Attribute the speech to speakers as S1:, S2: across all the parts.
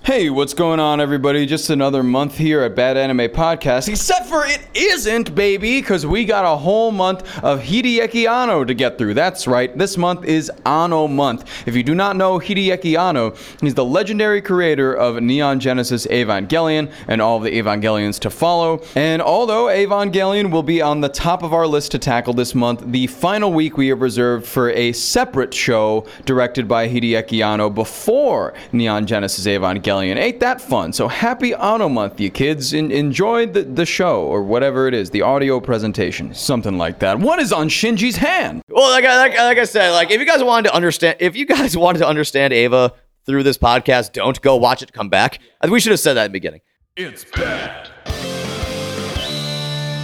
S1: Hey, what's going on, everybody? Just another month here at Bad Anime Podcast, except for it isn't, baby, because we got a whole month of Hideaki Anno to get through. That's right, this month is Anno Month. If you do not know Hideaki Anno, he's the legendary creator of Neon Genesis Evangelion and all of the Evangelions to follow. And although Evangelion will be on the top of our list to tackle this month, the final week we have reserved for a separate show directed by Hideaki Anno before Neon Genesis Evangelion. Ain't that fun? So happy Anno Month, you kids. En- enjoy the, the show or whatever it is, the audio presentation, something like that. What is on Shinji's hand?
S2: Well, like I, like, like I said, like if you guys wanted to understand, if you guys wanted to understand Ava through this podcast, don't go watch it. Come back. I think we should have said that in the beginning.
S3: It's bad.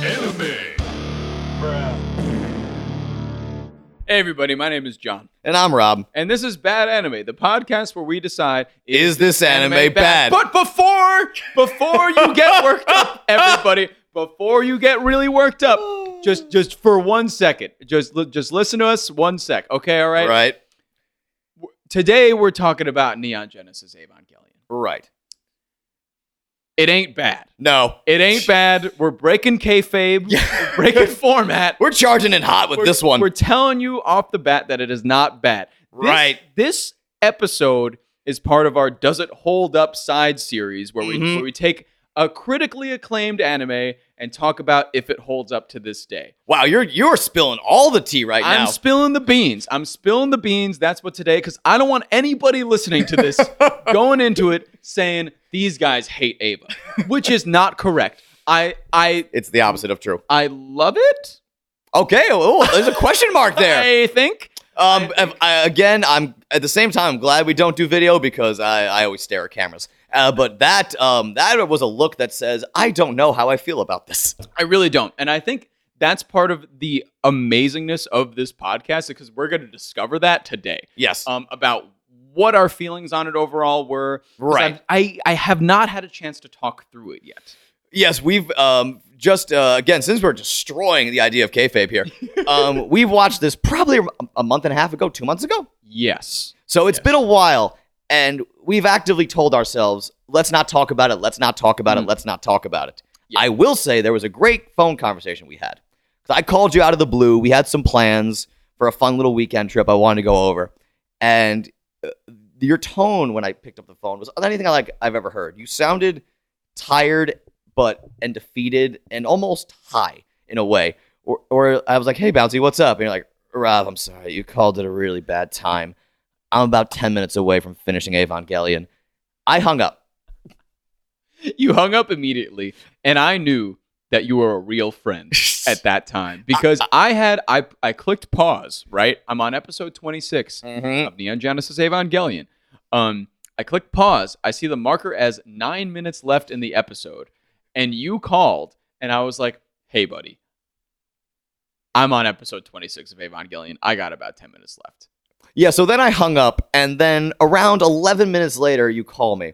S3: Anime.
S1: Hey, everybody, my name is John.
S2: And I'm Rob.
S1: And this is Bad Anime, the podcast where we decide
S2: Is this anime bad?
S1: But before before you get worked up, everybody, before you get really worked up, just just for one second, just li- just listen to us one sec. Okay, all right.
S2: Right.
S1: Today we're talking about Neon Genesis Evangelion.
S2: Right.
S1: It ain't bad.
S2: No,
S1: It ain't bad. We're breaking kayfabe. We're breaking format.
S2: we're charging in hot with
S1: We're-
S2: this one.
S1: We're telling you off the bat that it is not bad. This-
S2: Right.
S1: This episode is part of our Does It Hold Up side series where we
S2: Mhm.
S1: where we take a critically acclaimed anime and talk about if it holds up to this day.
S2: wow, you're you're spilling all the tea right
S1: I'm
S2: now.
S1: spilling the beans. I'm spilling the beans. That's what today cuz I don't want anybody listening to this going into it saying these guys hate Ava, which is not correct. I I
S2: it's the opposite of true.
S1: I love it.
S2: Okay. Oh, there's a question mark there.
S1: I think
S2: Um, I, I- again, I'm at the same time I'm glad we don't do video because I, I always stare at cameras. Uh, but that um, that was a look that says I don't know how I feel about this.
S1: I really don't. And I think that's part of the amazingness of this podcast because we're going to discover that today
S2: Yes,
S1: um, about what our feelings on it overall were. 'Cause
S2: Right.
S1: I've- I, I have not had a chance to talk through it yet.
S2: yes, we've um, just uh, again since we're destroying the idea of kayfabe here, um, we've watched this probably a- a month and a half ago, two months ago.
S1: Yes.
S2: So it's been a while, and we've actively told ourselves, let's not talk about it, let's not talk about it, let's not talk about it.
S1: Yeah.
S2: I will say there was a great phone conversation we had. 'Cause I called you out of the blue. We had some plans for a fun little weekend trip I wanted to go over. And uh, your tone when I picked up the phone was anything I like I've ever heard. You sounded tired but and defeated and almost high in a way. Or, or I was like, "Hey, Bouncy, what's up?" And you're like, "Rob, I'm sorry. You called at a really bad time. I'm about 10 minutes away from finishing Evangelion. I hung up.
S1: You hung up immediately, and I knew that you were a real friend at that time because I had I I clicked pause, right? I'm on episode 26.
S2: Mm-hmm.
S1: of Neon Genesis Evangelion. Um, I click pause. I see the marker as nine minutes left in the episode, and you called, and I was like, "Hey, buddy, I'm on episode 26 of Evangelion. I got about 10 minutes left."
S2: Yeah, so then I hung up, and then around 11 minutes later, you call me.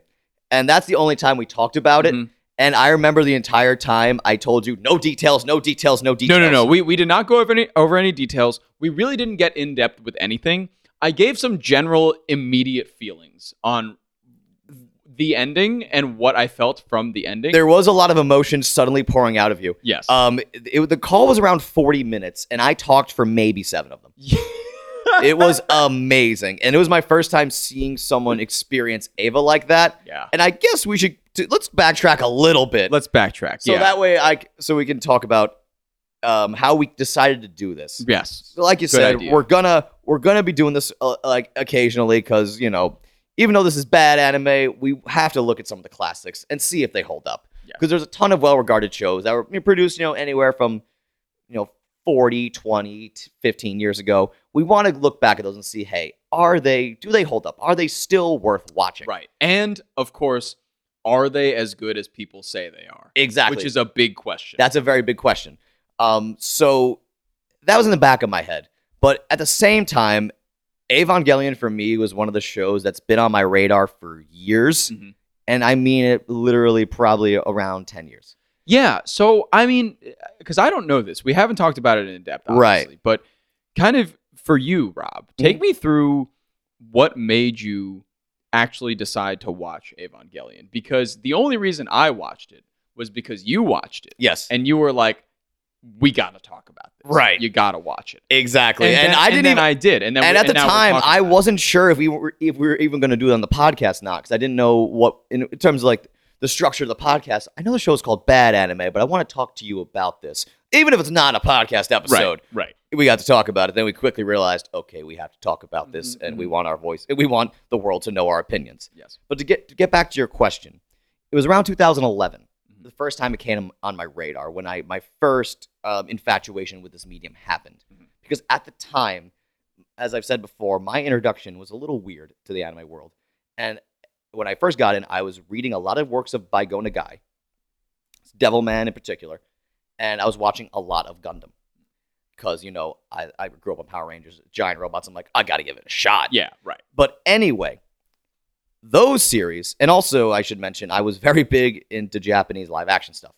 S2: And that's the only time we talked about it.
S1: Mhm.
S2: And I remember the entire time I told you no details, no details, no details.
S1: No, no, no. We we did not go over any over any details. We really didn't get in depth with anything. I gave some general immediate feelings on the ending and what I felt from the ending.
S2: There was a lot of emotion suddenly pouring out of you.
S1: yes.
S2: Um, it, it- the call was around 40 minutes, and I talked for maybe seven of them. it was amazing. And it was my first time seeing someone experience Ava like that.
S1: yeah.
S2: And I guess we should t- let's backtrack a little bit.
S1: Let's backtrack.
S2: so
S1: yeah.
S2: that way I c- so we can talk about um, how we decided to do this.
S1: yes.
S2: So like you
S1: Good
S2: said,
S1: idea.
S2: we're gonna we're gonna be doing this uh, like occasionally because you know even though this is bad anime, we have to look at some of the classics and see if they hold up.
S1: Yeah.
S2: Because there's a ton of well-regarded shows that were produced, you know, anywhere from you know 40, 20, t- 15 years ago. We want to look back at those and see, hey, are they do they hold up? Are they still worth watching?
S1: Right. And of course, are they as good as people say they are?
S2: Exactly.
S1: Which is a big question.
S2: That's a very big question. Um, so that was in the back of my head. But at the same time, Evangelion for me was one of the shows that's been on my radar for years.
S1: Mhm.
S2: And I mean it literally probably around 10 years.
S1: yeah. So, I mean, because I don't know this. We haven't talked about it in depth,
S2: Right.
S1: obviously. But Mm-hmm. kind of for you, Rob, take me through what made you actually decide to watch Evangelion because the only reason I watched it was because you watched it
S2: Yes.
S1: and you were like, "We got to talk about this.
S2: Right.
S1: You got to watch it."
S2: exactly. And,
S1: then-
S2: I didn't
S1: then
S2: even.
S1: I did, and then
S2: and
S1: we-
S2: at the
S1: now we're
S2: time,
S1: talking
S2: I
S1: about it.
S2: wasn't sure if we were if we were even going to do it on the podcast or not because I didn't know what in terms of like the structure of the podcast. I know the show is called Bad Anime, but I want to talk to you about this, even if it's not a podcast episode.
S1: Right. Right.
S2: we got to talk about it. Then we quickly realized, okay, we have to talk about this, and we want our voice, and we want the world to know our opinions.
S1: Yes.
S2: But to get to get back to your question, it was around 2011, the first time it came on my radar when I my first um, infatuation with this medium happened, because at the time, as I've said before, my introduction was a little weird to the anime world, and when I first got in, I was reading a lot of works of Baigo Nagai, Devilman in particular, and I was watching a lot of Gundam because you know I, I grew up on Power Rangers, giant robots. I'm like, I gotta give it a shot.
S1: Yeah. Right.
S2: But anyway, those series, and also I should mention, I was very big into Japanese live action stuff.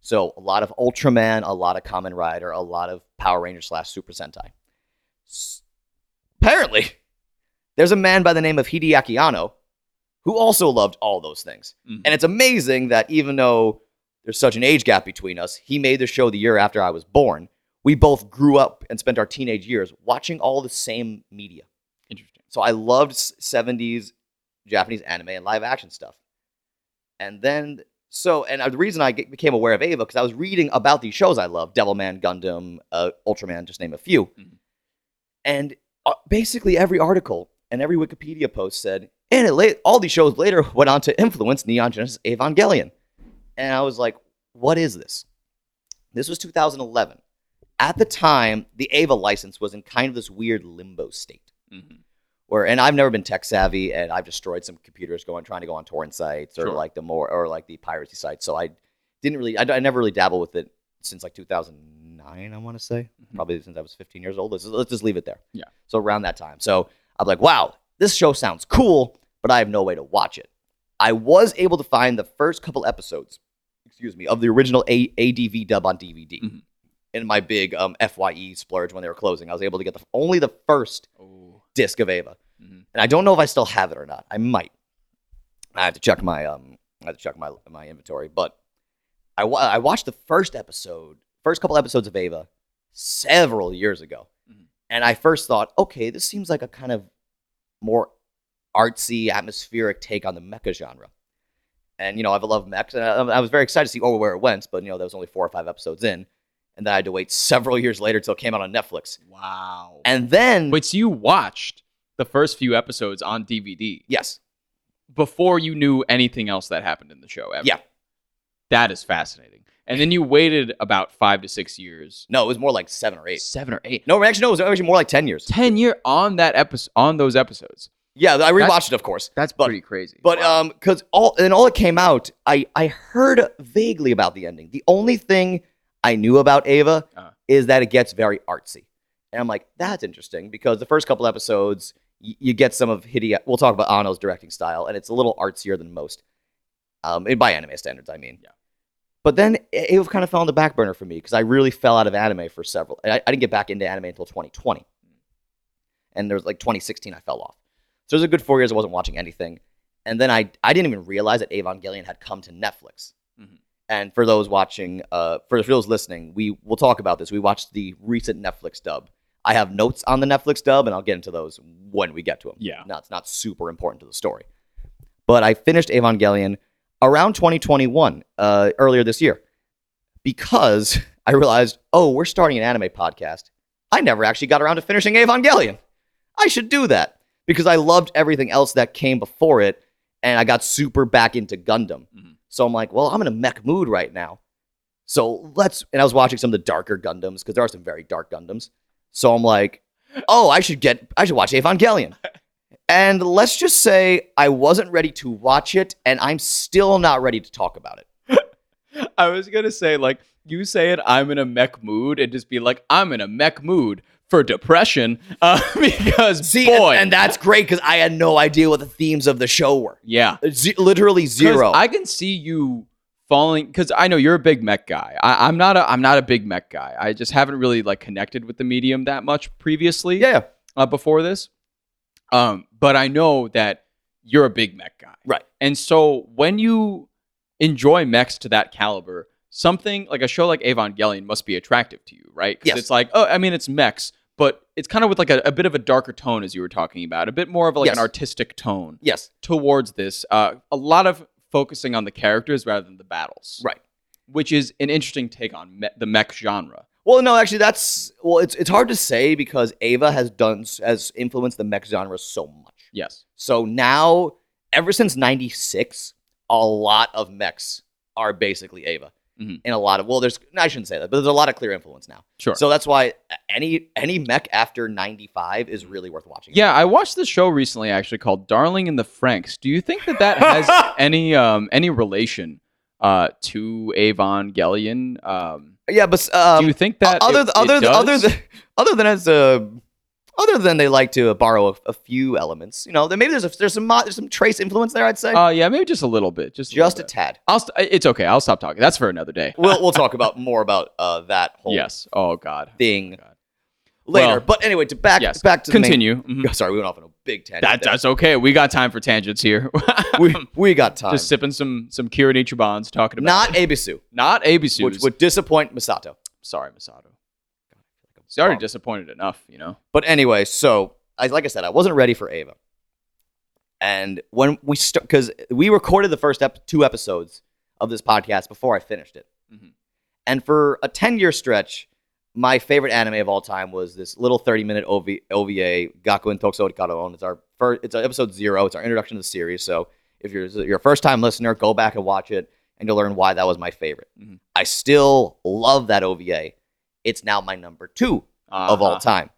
S2: So a lot of Ultraman, a lot of Kamen Rider, a lot of Power Ranger slash Super Sentai. S- apparently, there's a man by the name of Hideaki Anno who also loved all those things.
S1: Mhm.
S2: And it's amazing that even though there's such an age gap between us, he made the show the year after I was born. We both grew up and spent our teenage years watching all the same media.
S1: Interesting.
S2: So I loved s- 70s Japanese anime and live action stuff. And then, so, and uh, the reason I ge- became aware of Ava, because I was reading about these shows I love Devilman, Gundam, uh, Ultraman, just name a few.
S1: Mhm.
S2: And uh, basically every article and every Wikipedia post said, and it late, all these shows later went on to influence Neon Genesis Evangelion. And I was like, what is this? This was 2011. At the time, the Ava license was in kind of this weird limbo state
S1: Mhm.
S2: where and I've never been tech savvy and I've destroyed some computers going trying to go on torrent sites or
S1: Sure.
S2: like the more or like the piracy sites. So I didn't really I, d- I never really dabble with it since like 2009 I want to say
S1: Mhm.
S2: probably since I was 15 years old. Let's, let's just leave it there.
S1: Yeah.
S2: So around that time. So I'm like, wow, this show sounds cool, but I have no way to watch it. I was able to find the first couple episodes, excuse me, of the original A- ADV dub on DVD.
S1: Mhm.
S2: In my big um, FYE splurge when they were closing, I was able to get the, only the first
S1: Oh.
S2: disc of Ava
S1: Mhm.
S2: and I don't know if I still have it or not. I might. I have to check my um. I have to check my my inventory. But I wa- I watched the first episode, first couple episodes of Ava, several years ago,
S1: Mhm.
S2: and I first thought, okay, this seems like a kind of more artsy, atmospheric take on the mecha genre. And you know, I've loved mechs, and I, I was very excited to see oh, where it went. But you know, that was only four or five episodes in, and then I had to wait several years later till it came out on Netflix.
S1: Wow.
S2: And then,
S1: But so you watched the first few episodes on DVD
S2: yes,
S1: before you knew anything else that happened in the show ever.
S2: Yeah.
S1: That is fascinating. And then you waited about five to six years,
S2: no, it was more like seven or eight.
S1: seven or eight,
S2: No, actually, no, it was actually more like 10 years.
S1: ten year on that episode on those episodes.
S2: Yeah, I
S1: That's-
S2: rewatched it, of course.
S1: That's
S2: But-
S1: pretty crazy.
S2: But
S1: Wow.
S2: um, because all and all it came out, I I heard vaguely about the ending. The only thing I knew about Ava
S1: Uh-huh.
S2: is that it gets very artsy, and I'm like, that's interesting because the first couple episodes y- you get some of Hideo. We'll talk about Ano's directing style, and it's a little artsier than most, um, and by anime standards, I mean.
S1: Yeah.
S2: But then A- Ava kind of fell on the back burner for me because I really fell out of anime for several. I, I didn't get back into anime until 2020, and there was like 2016 I fell off. So it was a good four years I wasn't watching anything and then I I didn't even realize that Evangelion had come to Netflix.
S1: Mhm.
S2: And for those watching, uh, for those listening, we will talk about this. We watched the recent Netflix dub. I have notes on the Netflix dub, and I'll get into those when we get to them.
S1: Yeah.
S2: not, it's not super important to the story. But I finished Evangelion around 2021, uh, earlier this year, because I realized, oh, we're starting an anime podcast. I never actually got around to finishing Evangelion. I should do that because I loved everything else that came before it, and I got super back into Gundam.
S1: Mhm.
S2: So I'm like, well, I'm in a mech mood right now. So let's. And I was watching some of the darker Gundams because there are some very dark Gundams. So I'm like, oh, I should get, I should watch Evangelion. and let's just say I wasn't ready to watch it, and I'm still not ready to talk about it.
S1: I was gonna say, like, you say it, I'm in a mech mood, and just be like, I'm in a mech mood for depression, uh, because
S2: See, and-
S1: boy,
S2: and, that's great because I had no idea what the themes of the show were.
S1: yeah,
S2: Ze- literally
S1: 'Cause
S2: zero.
S1: I can see you falling because I know you're a big mech guy. I, I'm not a I'm not a big mech guy. I just haven't really like connected with the medium that much previously.
S2: yeah.
S1: Uh, before this, um, but I know that you're a big mech guy.
S2: Right.
S1: And so when you enjoy mechs to that caliber, something like a show like Evangelion must be attractive to you, right? 'Cause
S2: Yes.
S1: It's like, oh, I mean, it's mechs, but it's kind of with like a, a bit of a darker tone, as you were talking about, a bit more of like
S2: Yes.
S1: an artistic tone
S2: Yes.
S1: towards this. Uh, a lot of focusing on the characters rather than the battles.
S2: Right.
S1: Which is an interesting take on me- the mech genre.
S2: Well, no, actually, that's well. It's it's hard to say because Ava has done has influenced the mech genre so much.
S1: Yes.
S2: So now, ever since '96, a lot of mechs are basically Ava,
S1: Mhm.
S2: and a lot of well, there's I shouldn't say that, but there's a lot of clear influence now.
S1: Sure.
S2: So that's why any any mech after '95 is really worth watching.
S1: Yeah, I watched this show recently actually called Darling in the Franks. Do you think that that has any um any relation uh to Avon Gellion? Um
S2: yeah, but um,
S1: do you think
S2: o-
S1: that
S2: other
S1: it-
S2: th- other
S1: it
S2: th- other
S1: does?
S2: than other than as a other than they like to borrow a, a few elements, you know, then maybe there's a, there's some mo- there's some trace influence there. I'd say
S1: uh yeah, maybe just a little bit. Just a
S2: just a
S1: little bit.
S2: tad.
S1: I'll st- it's okay. I'll stop talking. That's for another day.
S2: we'll we'll talk about more about uh, that whole
S1: Yes. Oh god.
S2: thing
S1: God.
S2: later.
S1: Well,
S2: but anyway, to back
S1: yes.
S2: back to the main-
S1: Continue.
S2: Oh,
S1: Mhm.
S2: Sorry, we went off on a big tangent.
S1: That,
S2: there.
S1: that's okay. We got time for tangents here.
S2: we we got time.
S1: just sipping some some Kira Nichibans talking about
S2: Uh, Not Abisu,
S1: not Abisu's.
S2: which would disappoint Misato. Oh.
S1: Sorry, Masato. He's already
S2: bum.
S1: disappointed enough, you know.
S2: But anyway, so I, like I said, I wasn't ready for Ava, and when we start because we recorded the first ep- two episodes of this podcast before I finished it,
S1: Mhm.
S2: and for a ten year stretch, my favorite anime of all time was this little thirty minute OV- OVA Gakuen Tokusou Karon. It's our first. It's our episode zero. It's our introduction to the series. So if you're you're a first time listener, go back and watch it, and you'll learn why that was my favorite.
S1: Mhm.
S2: I still love that OVA. It's now my number two of all
S1: Uh-huh.
S2: time.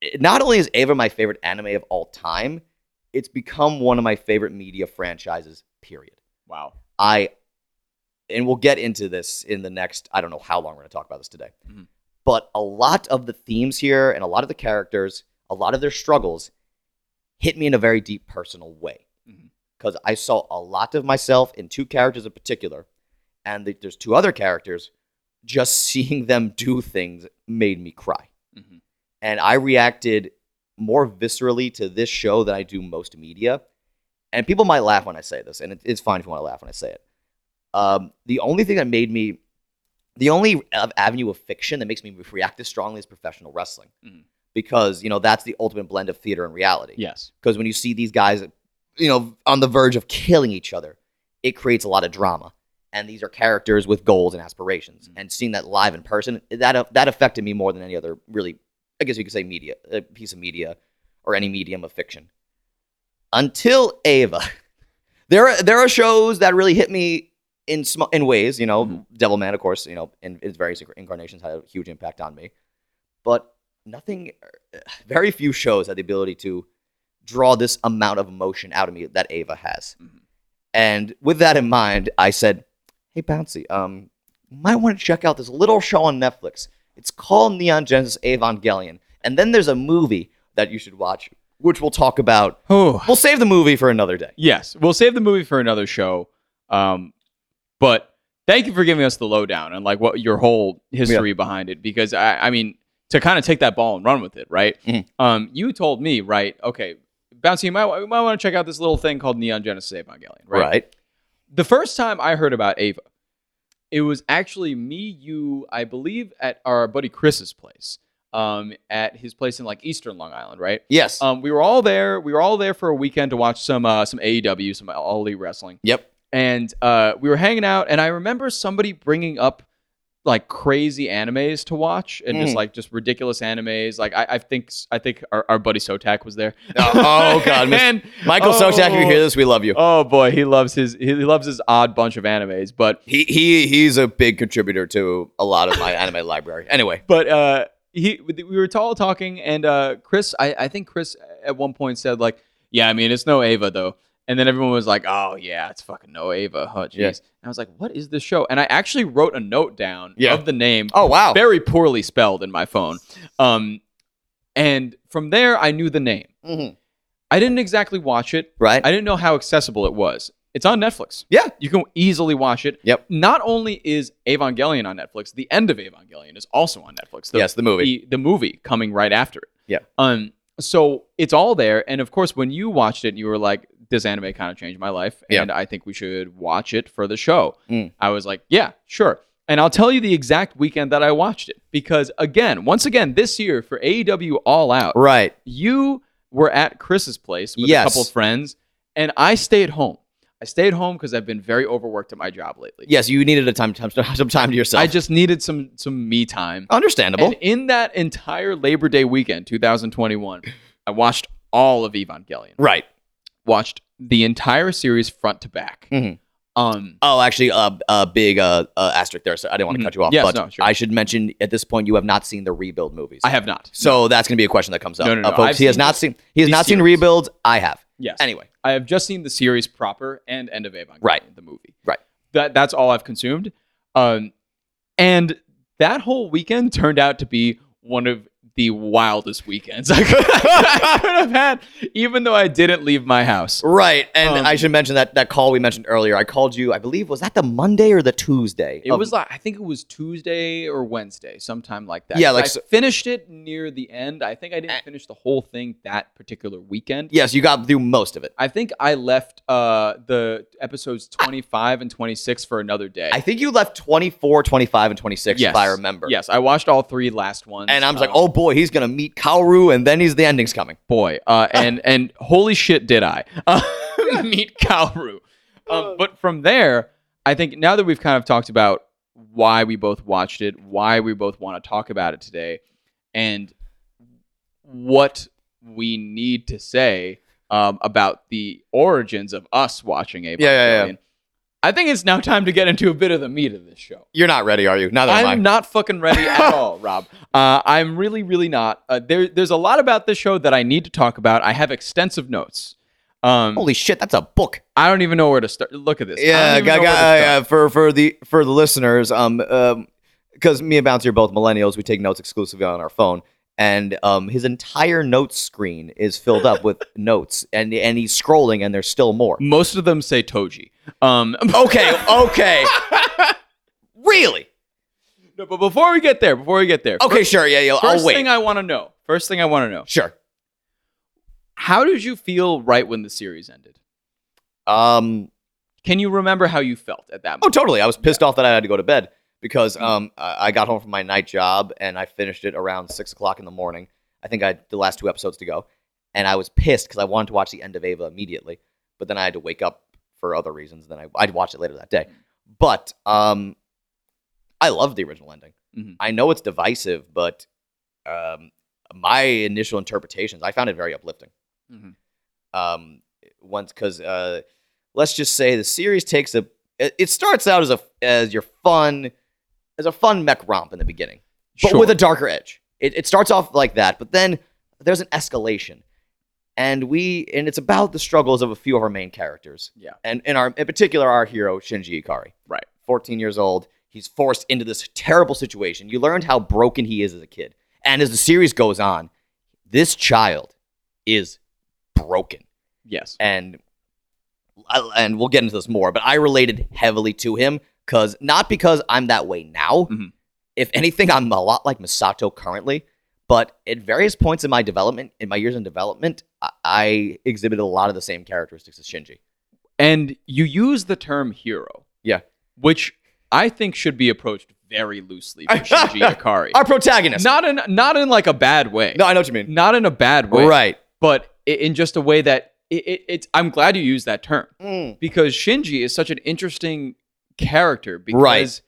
S2: It- Not only is Ava my favorite anime of all time, it's become one of my favorite media franchises, period.
S1: Wow.
S2: I and we'll get into this in the next, I don't know how long we're going to talk about this today.
S1: Mhm.
S2: But a lot of the themes here and a lot of the characters, a lot of their struggles hit me in a very deep personal way.
S1: Mhm.
S2: Cuz I saw a lot of myself in two characters in particular, and th- there's two other characters just seeing them do things made me cry
S1: hmm
S2: and I reacted more viscerally to this show than I do most media. And people might laugh when I say this, and it, it's fine if you want to laugh when I say it. Um, the only thing that made me, the only av- avenue of fiction that makes me react this strongly is professional wrestling,
S1: Mhm.
S2: because you know that's the ultimate blend of theater and reality.
S1: Yes.
S2: Because when you see these guys, you know, on the verge of killing each other, it creates a lot of drama. And these are characters with goals and aspirations. And seeing that live in person, that that affected me more than any other really, I guess you could say media, a piece of media, or any medium of fiction. Until Ava, there are, there are shows that really hit me in sm- in ways. You know,
S1: Mhm.
S2: Devilman, of course, you know, in its various inc- incarnations had a huge impact on me. But nothing, uh, very few shows had the ability to draw this amount of emotion out of me that Ava has.
S1: Mhm.
S2: And with that in mind, I said, "Hey, Bouncy, um, you might want to check out this little show on Netflix. It's called Neon Genesis Evangelion, and then there's a movie that you should watch, which we'll talk about.
S1: Oh.
S2: We'll save the movie for another day."
S1: Yes. We'll save the movie for another show. Um, but thank you for giving us the lowdown and like what your whole history behind it, because I, I mean, to kind of take that ball and run with it, right?
S2: Mhm.
S1: Um, you told me, right? Okay, Bouncy, you might, you might want to check out this little thing called Neon Genesis Evangelion, right? the first time I heard about Ava, it was actually me, you, I believe, at our buddy Chris's place, um, at his place in like Eastern Long Island, right?
S2: Yes.
S1: Um, we were all there. We were all there for a weekend to watch some uh, some AEW, some All Elite Wrestling,
S2: yep.
S1: and uh, we were hanging out. And I remember somebody bringing up like crazy animes to watch and just
S2: Mm.
S1: like just ridiculous animes. Like I, I think I think our, our buddy Sotak was there.
S2: Oh, oh, God, Mr.
S1: And-
S2: Michael
S1: oh.
S2: Sotak, if you hear this, we love you.
S1: Oh boy, he loves his he loves his odd bunch of animes, but
S2: He he he's a big contributor to a lot of my anime library. Anyway,
S1: but uh he we were all talking and uh Chris I I think Chris at one point said like yeah I mean it's no Ava though and then everyone was like oh yeah it's fucking no Ava oh jeez
S2: Yeah.
S1: and I was like what is this show and I actually wrote a note down
S2: Yeah.
S1: of the name
S2: oh wow,
S1: very poorly spelled in my phone um and from there I knew the name
S2: Mhm.
S1: I didn't exactly watch it
S2: right?
S1: I didn't know how accessible it was. It's on Netflix.
S2: Yeah.
S1: You can easily watch it.
S2: Yep.
S1: Not only is Evangelion on Netflix, the end of Evangelion is also on Netflix.
S2: yes, the movie.
S1: The, the movie coming right after it.
S2: Yeah.
S1: Um so it's all there. And of course, when you watched it, you were like, this anime kind of changed my life.
S2: Yeah.
S1: And I think we should watch it for the show.
S2: Mm.
S1: I was like, yeah, sure. And I'll tell you the exact weekend that I watched it because, again, once again, this year for AEW All Out,
S2: Right.
S1: you were at Chris's place with
S2: Yes.
S1: a couple friends, and I stayed home. I stayed home because I've been very overworked at my job lately.
S2: Yes, you needed a time, time some time to yourself.
S1: I just needed some some me time.
S2: understandable.
S1: And in that entire Labor Day weekend, 2021, I watched all of Evangelion.
S2: right.
S1: Watched the entire series front to back.
S2: Mhm.
S1: Um,
S2: Oh, actually, a uh, uh, big uh, uh, asterisk there. So I didn't want to
S1: Mhm.
S2: cut you off,
S1: Yes,
S2: but
S1: no, sure.
S2: I should mention at this point you have not seen the rebuild movies.
S1: I have not.
S2: So that's going to be a question that comes up.
S1: No, no, no.
S2: Uh, folks,
S1: I've
S2: he has
S1: seen
S2: not seen he has
S1: these
S2: not seen
S1: series.
S2: rebuilds. I have.
S1: Yes.
S2: Anyway,
S1: I have just seen the series proper and End of Evangelion,
S2: Right.
S1: the movie.
S2: Right.
S1: That that's all I've consumed. Um, and that whole weekend turned out to be one of the wildest weekends I could, I could have had, even though I didn't leave my house.
S2: right. And
S1: Um,
S2: I should mention that that call we mentioned earlier. I called you. I believe was that the Monday or the Tuesday?
S1: It
S2: of-
S1: was like I think it was Tuesday or Wednesday, sometime like that.
S2: Yeah, like
S1: I
S2: so-
S1: finished it near the end. I think I
S2: Eh.
S1: didn't finish the whole thing that particular weekend.
S2: Yes, you got through most of it.
S1: I think I left uh, the episodes 25 and 26 for another day.
S2: I think you left 24, 25, and 26, if I remember.
S1: Yes, I watched all three last ones.
S2: And I was like,
S1: um,
S2: oh boy, he's going to meet Kaoru, and then he's the ending's coming.
S1: boy, uh, and and holy shit, did I uh, meet Kaoru?
S2: Uh.
S1: Um, but from there, I think now that we've kind of talked about why we both watched it, why we both want to talk about it today, and what we need to say um, about the origins of us watching Evangelion,
S2: Yeah, yeah, yeah.
S1: I think it's now time to get into a bit of the meat of this show.
S2: You're not ready, are you? Neither am I.
S1: I'm not fucking ready at all, Rob. Uh, I'm really, really not. Uh, there, there's a lot about this show that I need to talk about. I have extensive notes. Um,
S2: Holy shit, that's a book.
S1: I don't even know where to start. Look at this. I don't
S2: Yeah,
S1: even
S2: got,
S1: know where to
S2: got-
S1: start.
S2: uh, for for the for the listeners, um, um, because me and Bouncy are both millennials, we take notes exclusively on our phone, and um, his entire notes screen is filled up with notes, and and he's scrolling, and there's still more.
S1: Most of them say Toji. Um,
S2: Okay, okay, really?
S1: no, but before we get there, before we get there,
S2: Okay, sure, yeah, yeah.
S1: first
S2: I'll wait.
S1: thing I want to know. First thing I want to know.
S2: sure.
S1: How did you feel right when the series ended?
S2: Um,
S1: Can you remember how you felt at that
S2: Oh,
S1: moment?
S2: totally. I was pissed off that I had to go to bed because um, I I got home from my night job and I finished it around six o'clock in the morning. I think I had the last two episodes to go, and I was pissed because I wanted to watch the end of Ava immediately, but then I had to wake up for other reasons. Then I I'd watch it later that day, but um, I loved the original ending.
S1: Mhm.
S2: I know it's divisive, but um, my initial interpretations, I found it very uplifting
S1: Mhm.
S2: um, once because uh, let's just say the series takes a it it starts out as a as your fun as a fun mech romp in the beginning, but
S1: Sure.
S2: with a darker edge. It, it starts off like that, but then there's an escalation, and we and it's about the struggles of a few of our main characters.
S1: Yeah.
S2: and in our in particular our hero Shinji Ikari,
S1: Right.
S2: fourteen years old. He's forced into this terrible situation. You learned how broken he is as a kid, and as the series goes on, this child is broken
S1: yes.
S2: and I- and we'll get into this more but i related heavily to him because not because i'm that way now
S1: Mhm.
S2: if anything i'm a lot like misato currently but at various points in my development in my years in development i, I exhibited a lot of the same characteristics as shinji
S1: And you use the term hero.
S2: Yeah.
S1: Which I think should be approached very loosely for Shinji Ikari.
S2: our protagonist
S1: Not in not in like a bad way.
S2: no i know what you mean
S1: Not in a bad way.
S2: right
S1: But i- in just a way that it, it, it's I'm glad you used that term
S2: Mm.
S1: because Shinji is such an interesting character because
S2: Right.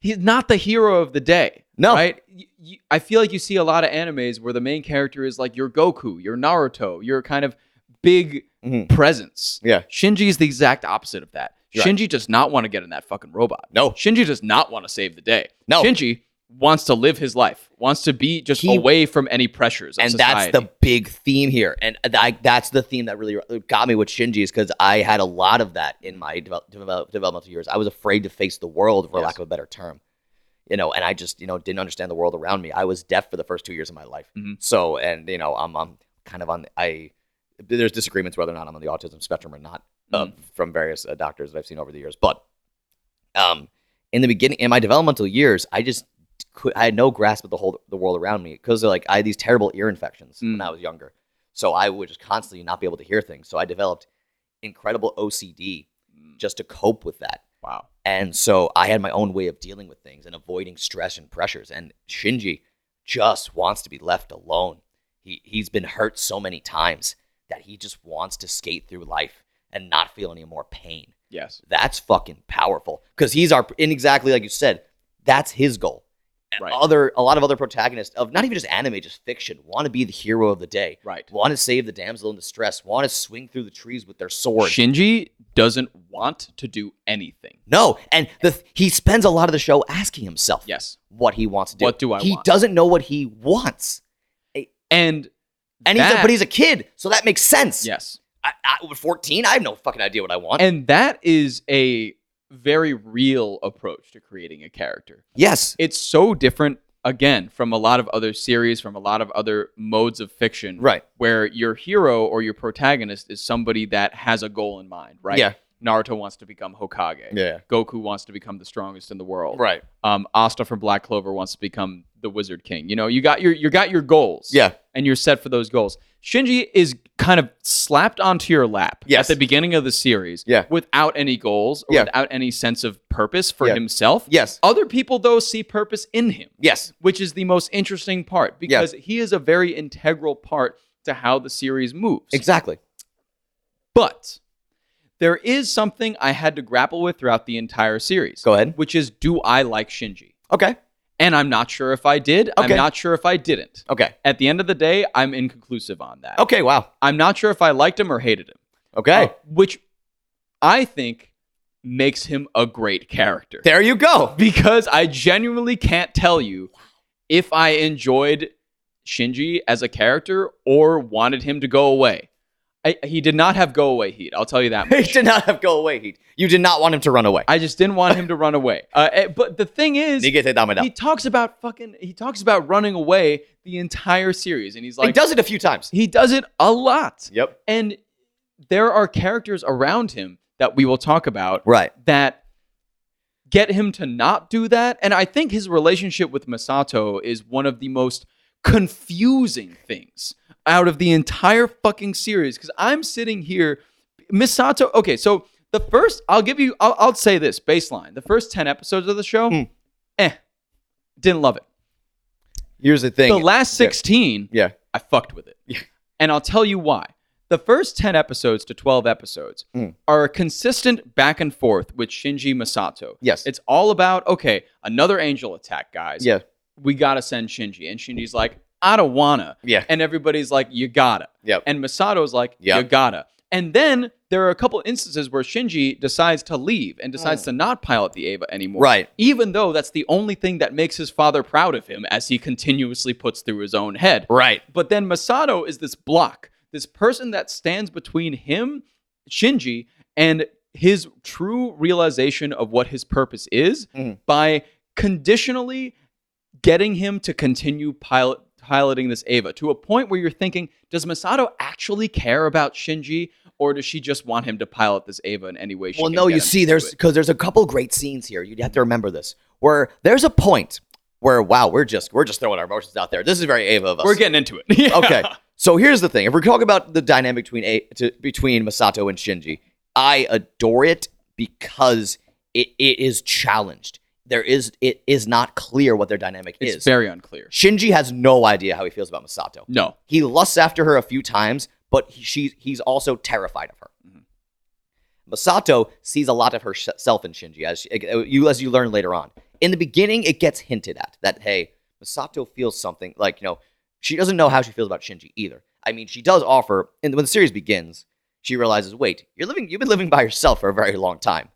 S1: he's not the hero of the day.
S2: No.
S1: Right? Y- y- I feel like you see a lot of animes where the main character is like your Goku, your Naruto, your kind of big
S2: Mhm.
S1: presence.
S2: yeah
S1: Shinji is the exact opposite of that.
S2: Right.
S1: Shinji does not want to get in that fucking robot.
S2: No.
S1: Shinji does not want to save the day.
S2: No.
S1: Shinji wants to live his life, wants to be just
S2: He-
S1: away from any pressures. Of
S2: and
S1: society.
S2: that's the big theme here and I, that's the theme that really got me with shinji is because i had a lot of that in my develop, develop, developmental years i was afraid to face the world for
S1: Yes.
S2: lack of a better term you know and i just you know didn't understand the world around me i was deaf for the first two years of my life
S1: Mhm.
S2: so and you know i'm, I'm kind of on i there's disagreements whether or not i'm on the autism spectrum or not uh, from various uh, doctors that i've seen over the years but um in the beginning in my developmental years i just could, I had no grasp of the whole the world around me because like I had these terrible ear infections when
S1: Mm.
S2: I was younger, so I would just constantly not be able to hear things. So I developed incredible OCD just to cope with that.
S1: Wow.
S2: And so I had my own way of dealing with things and avoiding stress and pressures. And Shinji just wants to be left alone. He he's been hurt so many times that he just wants to skate through life and not feel any more pain.
S1: Yes.
S2: That's fucking powerful because he's our and exactly like you said, that's his goal. And
S1: Right.
S2: Other a lot of other protagonists of not even just anime, just fiction, want to be the hero of the day.
S1: Right.
S2: Want to save the damsel in distress. Want to swing through the trees with their sword.
S1: Shinji doesn't want to do anything.
S2: No, and the he spends a lot of the show asking himself
S1: Yes.
S2: what he wants to do.
S1: What do I
S2: He
S1: want?
S2: doesn't know what he wants,
S1: And
S2: and he's a,
S1: That-
S2: but he's a kid, so that makes sense.
S1: yes.
S2: I, I, with fourteen, I have no fucking idea what I want.
S1: And that is a very real approach to creating a character.
S2: yes,
S1: It's so different again from a lot of other series, from a lot of other modes of fiction.
S2: right.
S1: where your hero or your protagonist is somebody that has a goal in mind, right?
S2: Yeah.
S1: Naruto wants to become Hokage.
S2: Yeah.
S1: Goku wants to become the strongest in the world.
S2: Right.
S1: Um, Asta from Black Clover wants to become the Wizard King. You know, you got your you got your goals.
S2: Yeah.
S1: And you're set for those goals. Shinji is kind of slapped onto your lap
S2: Yes.
S1: at the beginning of the series
S2: Yeah.
S1: without any goals or
S2: Yeah.
S1: without any sense of purpose for
S2: Yeah.
S1: himself.
S2: Yes.
S1: Other people though see purpose in him
S2: Yes.
S1: which is the most interesting part because he is a very integral part to how the series moves.
S2: Exactly.
S1: But there is something I had to grapple with throughout the entire series,
S2: Go ahead.
S1: which is do I like Shinji?
S2: Okay.
S1: And I'm not sure if I did.
S2: Okay.
S1: I'm not sure if I didn't.
S2: Okay.
S1: At the end of the day, I'm inconclusive on that.
S2: Okay. Wow.
S1: I'm not sure if I liked him or hated him,
S2: Okay.
S1: uh, which I think makes him a great character.
S2: There you go.
S1: because I genuinely can't tell you if I enjoyed Shinji as a character or wanted him to go away. I, he did not have go away heat. I'll tell you that.
S2: He
S1: Much.
S2: did not have go away heat. You did not want him to run away.
S1: I just didn't want him to run away. Uh, eh, but the thing is, he
S2: Nigete Dameda. He,
S1: talks about fucking. He talks about running away the entire series, and he's like,
S2: does it a few times.
S1: he does it a lot.
S2: Yep.
S1: And there are characters around him that we will talk about
S2: Right.
S1: that get him to not do that. And I think his relationship with Masato is one of the most confusing things out of the entire fucking series. Because I'm sitting here, Misato. Okay, so the first, I'll give you, I'll, I'll say this baseline. The first 10 episodes of the show,
S2: Mm.
S1: eh, didn't love it.
S2: Here's the thing.
S1: The last 16,
S2: yeah.
S1: I fucked with it.
S2: Yeah.
S1: And I'll tell you why. The first 10 episodes to 12 episodes
S2: Mm.
S1: are a consistent back and forth with Shinji Masato.
S2: Yes.
S1: It's all about, okay, another angel attack, guys.
S2: yeah.
S1: We got to send Shinji. And Shinji's like, I don't wanna.
S2: Yeah.
S1: And everybody's like, you gotta.
S2: Yep.
S1: And Masato's like,
S2: Yep.
S1: you gotta. And then there are a couple instances where Shinji decides to leave and decides to not pilot the Ava anymore.
S2: Mm. Right.
S1: Even though that's the only thing that makes his father proud of him as he continuously puts through his own head.
S2: Right.
S1: But then Masato is this block, this person that stands between him, Shinji, and his true realization of what his purpose is
S2: Mhm.
S1: by conditionally getting him to continue pilot piloting this Ava to a point where you're thinking, does Masato actually care about Shinji, or does she just want him to pilot this Ava in any way? She
S2: Well,
S1: can
S2: no,
S1: get
S2: you
S1: him
S2: see,
S1: to do
S2: there's
S1: it?
S2: because there's a couple great scenes here. You'd have to remember this, where there's a point where wow, we're just we're just throwing our emotions out there. This is very Ava of us.
S1: we're getting into it. Yeah.
S2: okay. So here's the thing: if we're talking about the dynamic between a- to, between Masato and Shinji, I adore it because it, it is challenged. There is it is not clear what their dynamic
S1: it's
S2: is.
S1: very unclear.
S2: Shinji has no idea how he feels about Masato.
S1: No,
S2: He lusts after her a few times, but he, she, he's also terrified of her. Masato sees a lot of herself in Shinji, as she- you as you learn later on. In the beginning, it gets hinted at that hey, Masato feels something like you know she doesn't know how she feels about Shinji either. I mean, she does offer, and when the series begins, she realizes, wait, you're living, you've been living by yourself for a very long time.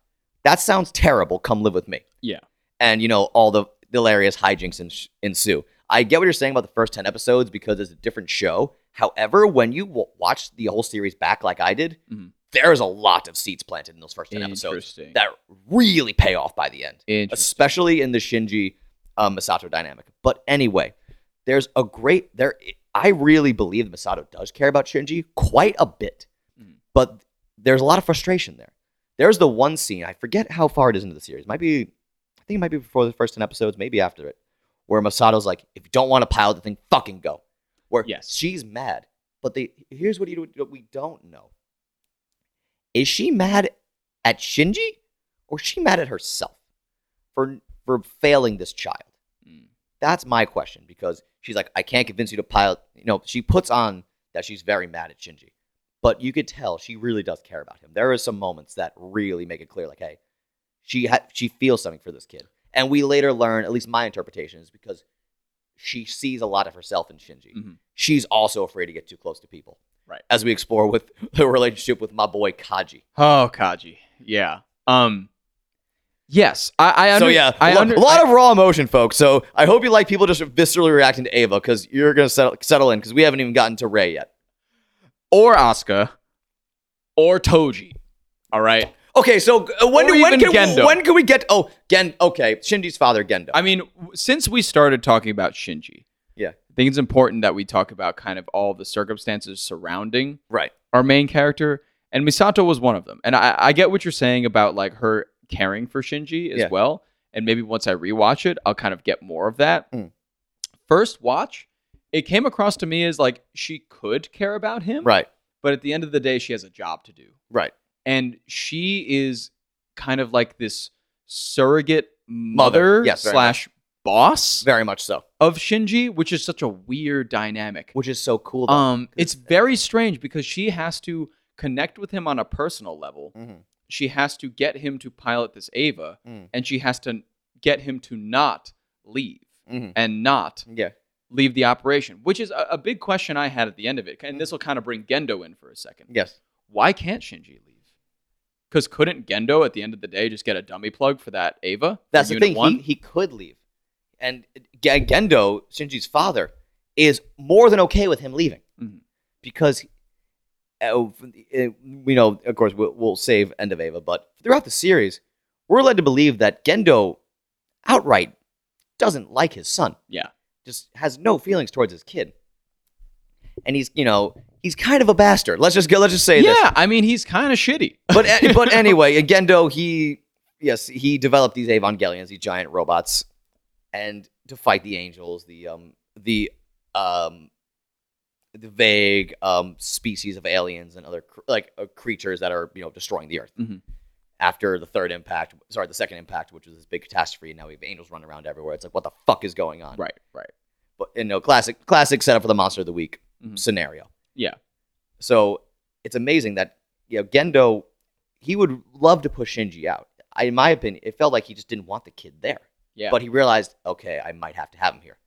S2: That sounds terrible. Come live with me.
S1: Yeah.
S2: And you know all the hilarious hijinks ens- ensue. I get what you're saying about the first ten episodes because it's a different show. However, when you w- watch the whole series back, like I did,
S1: Mhm.
S2: there's a lot of seeds planted in those first ten episodes
S1: interesting.
S2: that really pay off by the end
S1: interesting.
S2: especially in the Shinji um, Masato dynamic. But anyway, there's a great there. I really believe Masato does care about Shinji quite a bit,
S1: Mhm.
S2: but there's a lot of frustration there. There's the one scene I forget how far it is into the series. Might be, I think it might be before the first ten episodes, maybe after it, where Masato's like, if you don't want to pile the thing, fucking go. Where
S1: Yes.
S2: she's mad, but they here's what, you, what we don't know: is she mad at Shinji, or is she mad at herself for for failing this child?
S1: Mm.
S2: That's my question because she's like, I can't convince you to pile. You know, she puts on that she's very mad at Shinji, but you could tell she really does care about him. There are some moments that really make it clear, like, hey, she ha- she feels something for this kid. And we later learn, at least my interpretation is because she sees a lot of herself in Shinji.
S1: Mhm.
S2: She's also afraid to get too close to people.
S1: Right.
S2: As we explore with her relationship with my boy Kaji.
S1: Oh, Kaji. Yeah. Um. Yes, I. I
S2: so
S1: under-
S2: yeah,
S1: I
S2: lo-
S1: under-
S2: a lot of raw emotion, folks. So I hope you like people just viscerally reacting to Ava because you're gonna settle, settle in because we haven't even gotten to Ray yet.
S1: or Asuka, or Toji. All right.
S2: Okay, so uh, when
S1: Or
S2: do, when
S1: even
S2: can
S1: Gendo.
S2: when can we get? Oh, Gen. Okay, Shinji's father, Gendo.
S1: I mean, w- since we started talking about Shinji,
S2: Yeah.
S1: I think it's important that we talk about kind of all the circumstances surrounding
S2: right.
S1: our main character, and Misato was one of them. And I, I get what you're saying about like her caring for Shinji as
S2: Yeah.
S1: well. And maybe once I rewatch it, I'll kind of get more of that.
S2: Mm.
S1: First watch, it came across to me as like she could care about him,
S2: Right.
S1: But at the end of the day, she has a job to do,
S2: Right.
S1: and she is kind of like this surrogate
S2: Mother,
S1: mother,
S2: yes, very
S1: slash boss
S2: Very much so.
S1: of Shinji, which is such a weird dynamic.
S2: Which is so cool. Though.
S1: Um, it's very strange because she has to connect with him on a personal level.
S2: Mhm.
S1: She has to get him to pilot this Ava,
S2: Mm.
S1: and she has to get him to not leave
S2: Mhm.
S1: and not
S2: Yeah.
S1: leave the operation, which is a, a big question I had at the end of it. And this will kind of bring Gendo in for a second.
S2: Yes.
S1: Why can't Shinji leave? Because couldn't Gendo at the end of the day just get a dummy plug for that Ava? for
S2: That's the
S1: Unit
S2: thing.
S1: One?
S2: He, he could leave, and G- Gendo, Shinji's father, is more than okay with him leaving
S1: Mhm.
S2: because, uh, we know, of course, we'll, we'll save end of Ava, but throughout the series, we're led to believe that Gendo outright doesn't like his son.
S1: Yeah.
S2: just has no feelings towards his kid, and he's you know he's kind of a bastard. Let's just go. Let's just say this
S1: yeah, I mean he's kind of shitty.
S2: but a- but anyway, Gendo he yes he developed these Evangelions, these giant robots, and to fight the angels, the um the um the vague um species of aliens and other cr- like uh, creatures that are you know destroying the earth.
S1: Mhm.
S2: After the third impact, sorry, the second impact, which was this big catastrophe, and now we have angels running around everywhere. It's like what the fuck is going on?
S1: Right, right.
S2: but you know, classic classic setup for the monster of the week
S1: Mhm.
S2: scenario.
S1: Yeah.
S2: So it's amazing that you know Gendo, he would love to push Shinji out. I, in my opinion, it felt like he just didn't want the kid there.
S1: Yeah.
S2: But he realized, okay, I might have to have him here.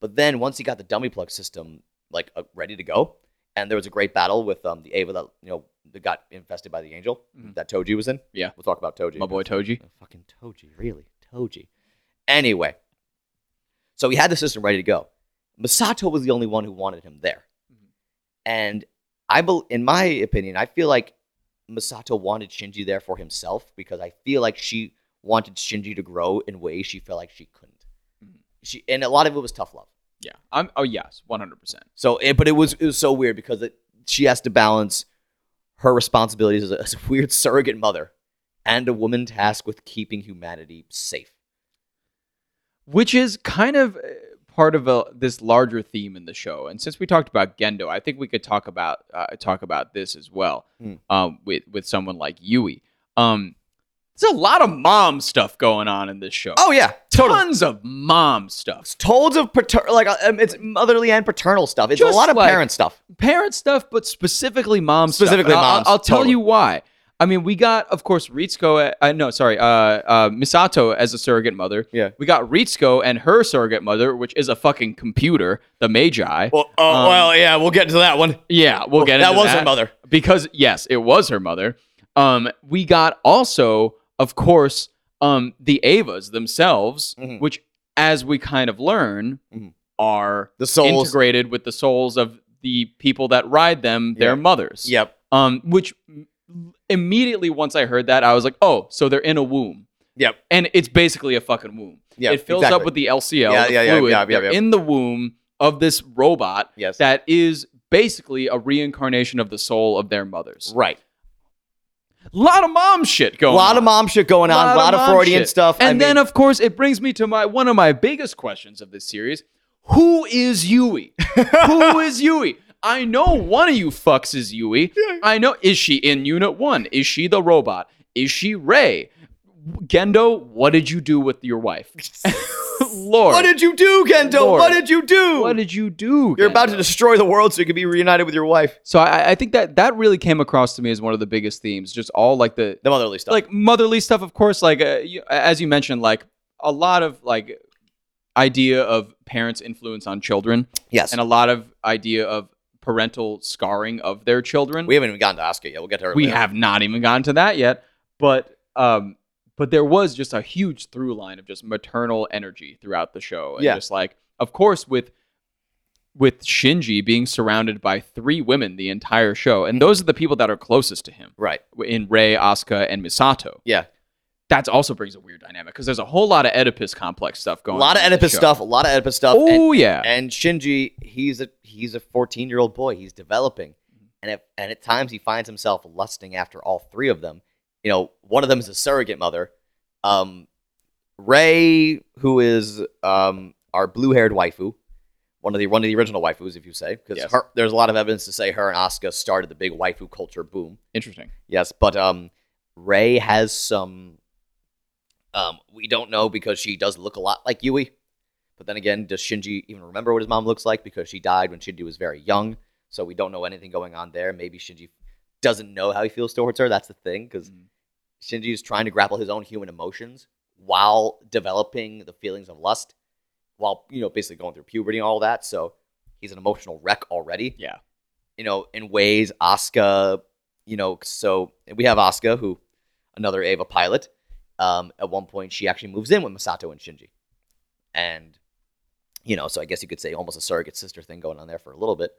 S2: But then once he got the dummy plug system like uh, ready to go, and there was a great battle with um the Ava that you know that got infested by the angel
S1: Mhm.
S2: that Toji was in.
S1: Yeah.
S2: We'll talk about Toji.
S1: my boy Toji.
S2: Oh, fucking Toji, really? Toji. Anyway, so he had the system ready to go. Masato was the only one who wanted him there.
S1: Mhm.
S2: And I bel in my opinion, I feel like Masato wanted Shinji there for himself because I feel like she wanted Shinji to grow in ways she felt like she couldn't.
S1: Mhm.
S2: She and a lot of it was tough love.
S1: Yeah. I'm oh yes, 100%.
S2: So, it, but it was it was so weird because it, she has to balance her responsibilities as a, as a weird surrogate mother and a woman tasked with keeping humanity safe.
S1: Which is kind of uh, part of a, this larger theme in the show. And since we talked about Gendo, I think we could talk about uh, talk about this as well.
S2: Mm.
S1: Um with with someone like Yui. Um there's a lot of mom stuff going on in this show.
S2: Oh yeah, totally.
S1: Tons of mom stuff.
S2: Tons of pater- like um, it's motherly and paternal stuff. It's
S1: Just
S2: a lot of
S1: like-
S2: parent stuff.
S1: Parent stuff, but specifically mom stuff.
S2: Specifically
S1: And I'll-
S2: mom
S1: I'll, I'll
S2: stuff,
S1: tell
S2: totally.
S1: you why. I mean, we got, of course, Ritsuko. Uh, no, sorry, uh, uh, Misato as a surrogate mother.
S2: Yeah.
S1: We got Ritsuko and her surrogate mother, which is a fucking computer, the Magi.
S2: Well, oh
S1: Um, well,
S2: yeah, we'll get into that one.
S1: Yeah, we'll get into
S2: that
S1: that.
S2: was her mother.
S1: Because yes, it was her mother. Um, we got also, of course, um, the Avas themselves,
S2: Mhm.
S1: which, as we kind of learn,
S2: Mhm.
S1: are
S2: The souls.
S1: integrated with the souls of the people that ride them,
S2: Yeah.
S1: their mothers.
S2: Yep.
S1: Um, which immediately once I heard that, I was like, oh, so they're in a womb.
S2: Yep.
S1: And it's basically a fucking womb.
S2: Yep.
S1: it fills up
S2: exactly.
S1: with the LCL,
S2: Yeah,
S1: the
S2: yeah, yeah,
S1: fluid,
S2: yeah, yeah,
S1: They're
S2: yeah.
S1: in the womb of this robot
S2: yes.
S1: that is basically a reincarnation of the soul of their mothers.
S2: right.
S1: lot of mom shit
S2: A
S1: going.
S2: lot
S1: on.
S2: of mom shit going on, a lot, of
S1: mom
S2: Freudian
S1: shit.
S2: stuff.
S1: And
S2: I mean,
S1: then, of course, it brings me to my one of my biggest questions of this series: Who is Yui? Who is Yui? I know one of you fucks is Yui. I know. Is she in Unit One? Is she the robot? Is she Ray? Gendo, what did you do with your wife? Lord,
S2: what did you do, Gendo?
S1: Lord.
S2: What did you do?
S1: what did you do?
S2: You're about
S1: Gendo?
S2: to destroy the world so you can be reunited with your wife.
S1: So I, I think that that really came across to me as one of the biggest themes. Just all like the
S2: The motherly stuff.
S1: like motherly stuff of course like uh, you, as you mentioned like a lot of like idea of parents influence on children
S2: yes.
S1: and a lot of idea of parental scarring of their children
S2: we haven't even gotten to Asuka yet. We'll get to her.
S1: We
S2: later.
S1: have not even gotten to that yet but um but there was just a huge through line of just maternal energy throughout the show and
S2: Yeah.
S1: just like of course with with Shinji being surrounded by three women the entire show and those are the people that are closest to him
S2: Right.
S1: in Rei, Asuka and Misato
S2: Yeah.
S1: that also brings a weird dynamic because there's a whole lot of Oedipus complex stuff
S2: A
S1: going.
S2: lot of
S1: on in the
S2: Oedipus
S1: show.
S2: stuff. A lot of Oedipus stuff. and-
S1: Oh yeah,
S2: and Shinji, he's a he's a 14 year old boy. He's developing, and at, and at times he finds himself lusting after all three of them. You know, one of them is a surrogate mother, um, Ray, who is um, our blue haired waifu, one of the one of the original waifus, if you say, because
S1: Yes.
S2: there's a lot of evidence to say her and Asuka started the big waifu culture boom.
S1: interesting.
S2: Yes, but um, Ray has some. Um, we don't know because she does look a lot like Yui. But then again, does Shinji even remember what his mom looks like? Because she died when Shinji was very young, so we don't know anything going on there. Maybe Shinji doesn't know how he feels towards her. That's the thing, because
S1: Mhm.
S2: Shinji is trying to grapple his own human emotions while developing the feelings of lust, while you know basically going through puberty and all that. So he's an emotional wreck already.
S1: Yeah.
S2: you know, in ways Asuka you know, so we have Asuka, who another Ava pilot. Um, at one point, she actually moves in with Masato and Shinji, and you know, so I guess you could say almost a surrogate sister thing going on there for a little bit.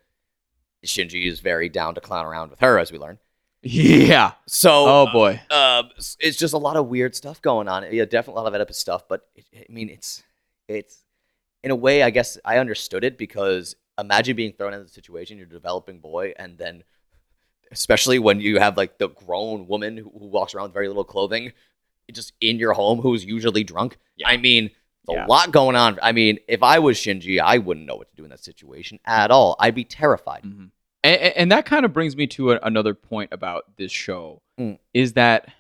S2: Shinji is very down to clown around with her, as we learn.
S1: Yeah.
S2: So
S1: Oh boy.
S2: um, s- it's just a lot of weird stuff going on. Yeah, definitely a lot of Oedipus stuff, but it, I mean, it's it's in a way, I guess I understood it because imagine being thrown into the situation, you're a developing boy, and then especially when you have like the grown woman who, who walks around with very little clothing, just in your home, who's usually drunk.
S1: Yeah.
S2: I mean. A
S1: Yeah.
S2: lot going on. I mean, if I was Shinji, I wouldn't know what to do in that situation at all. I'd be terrified.
S1: Mhm. And, and- and that kind of brings me to a, another point about this show
S2: Mm.
S1: is that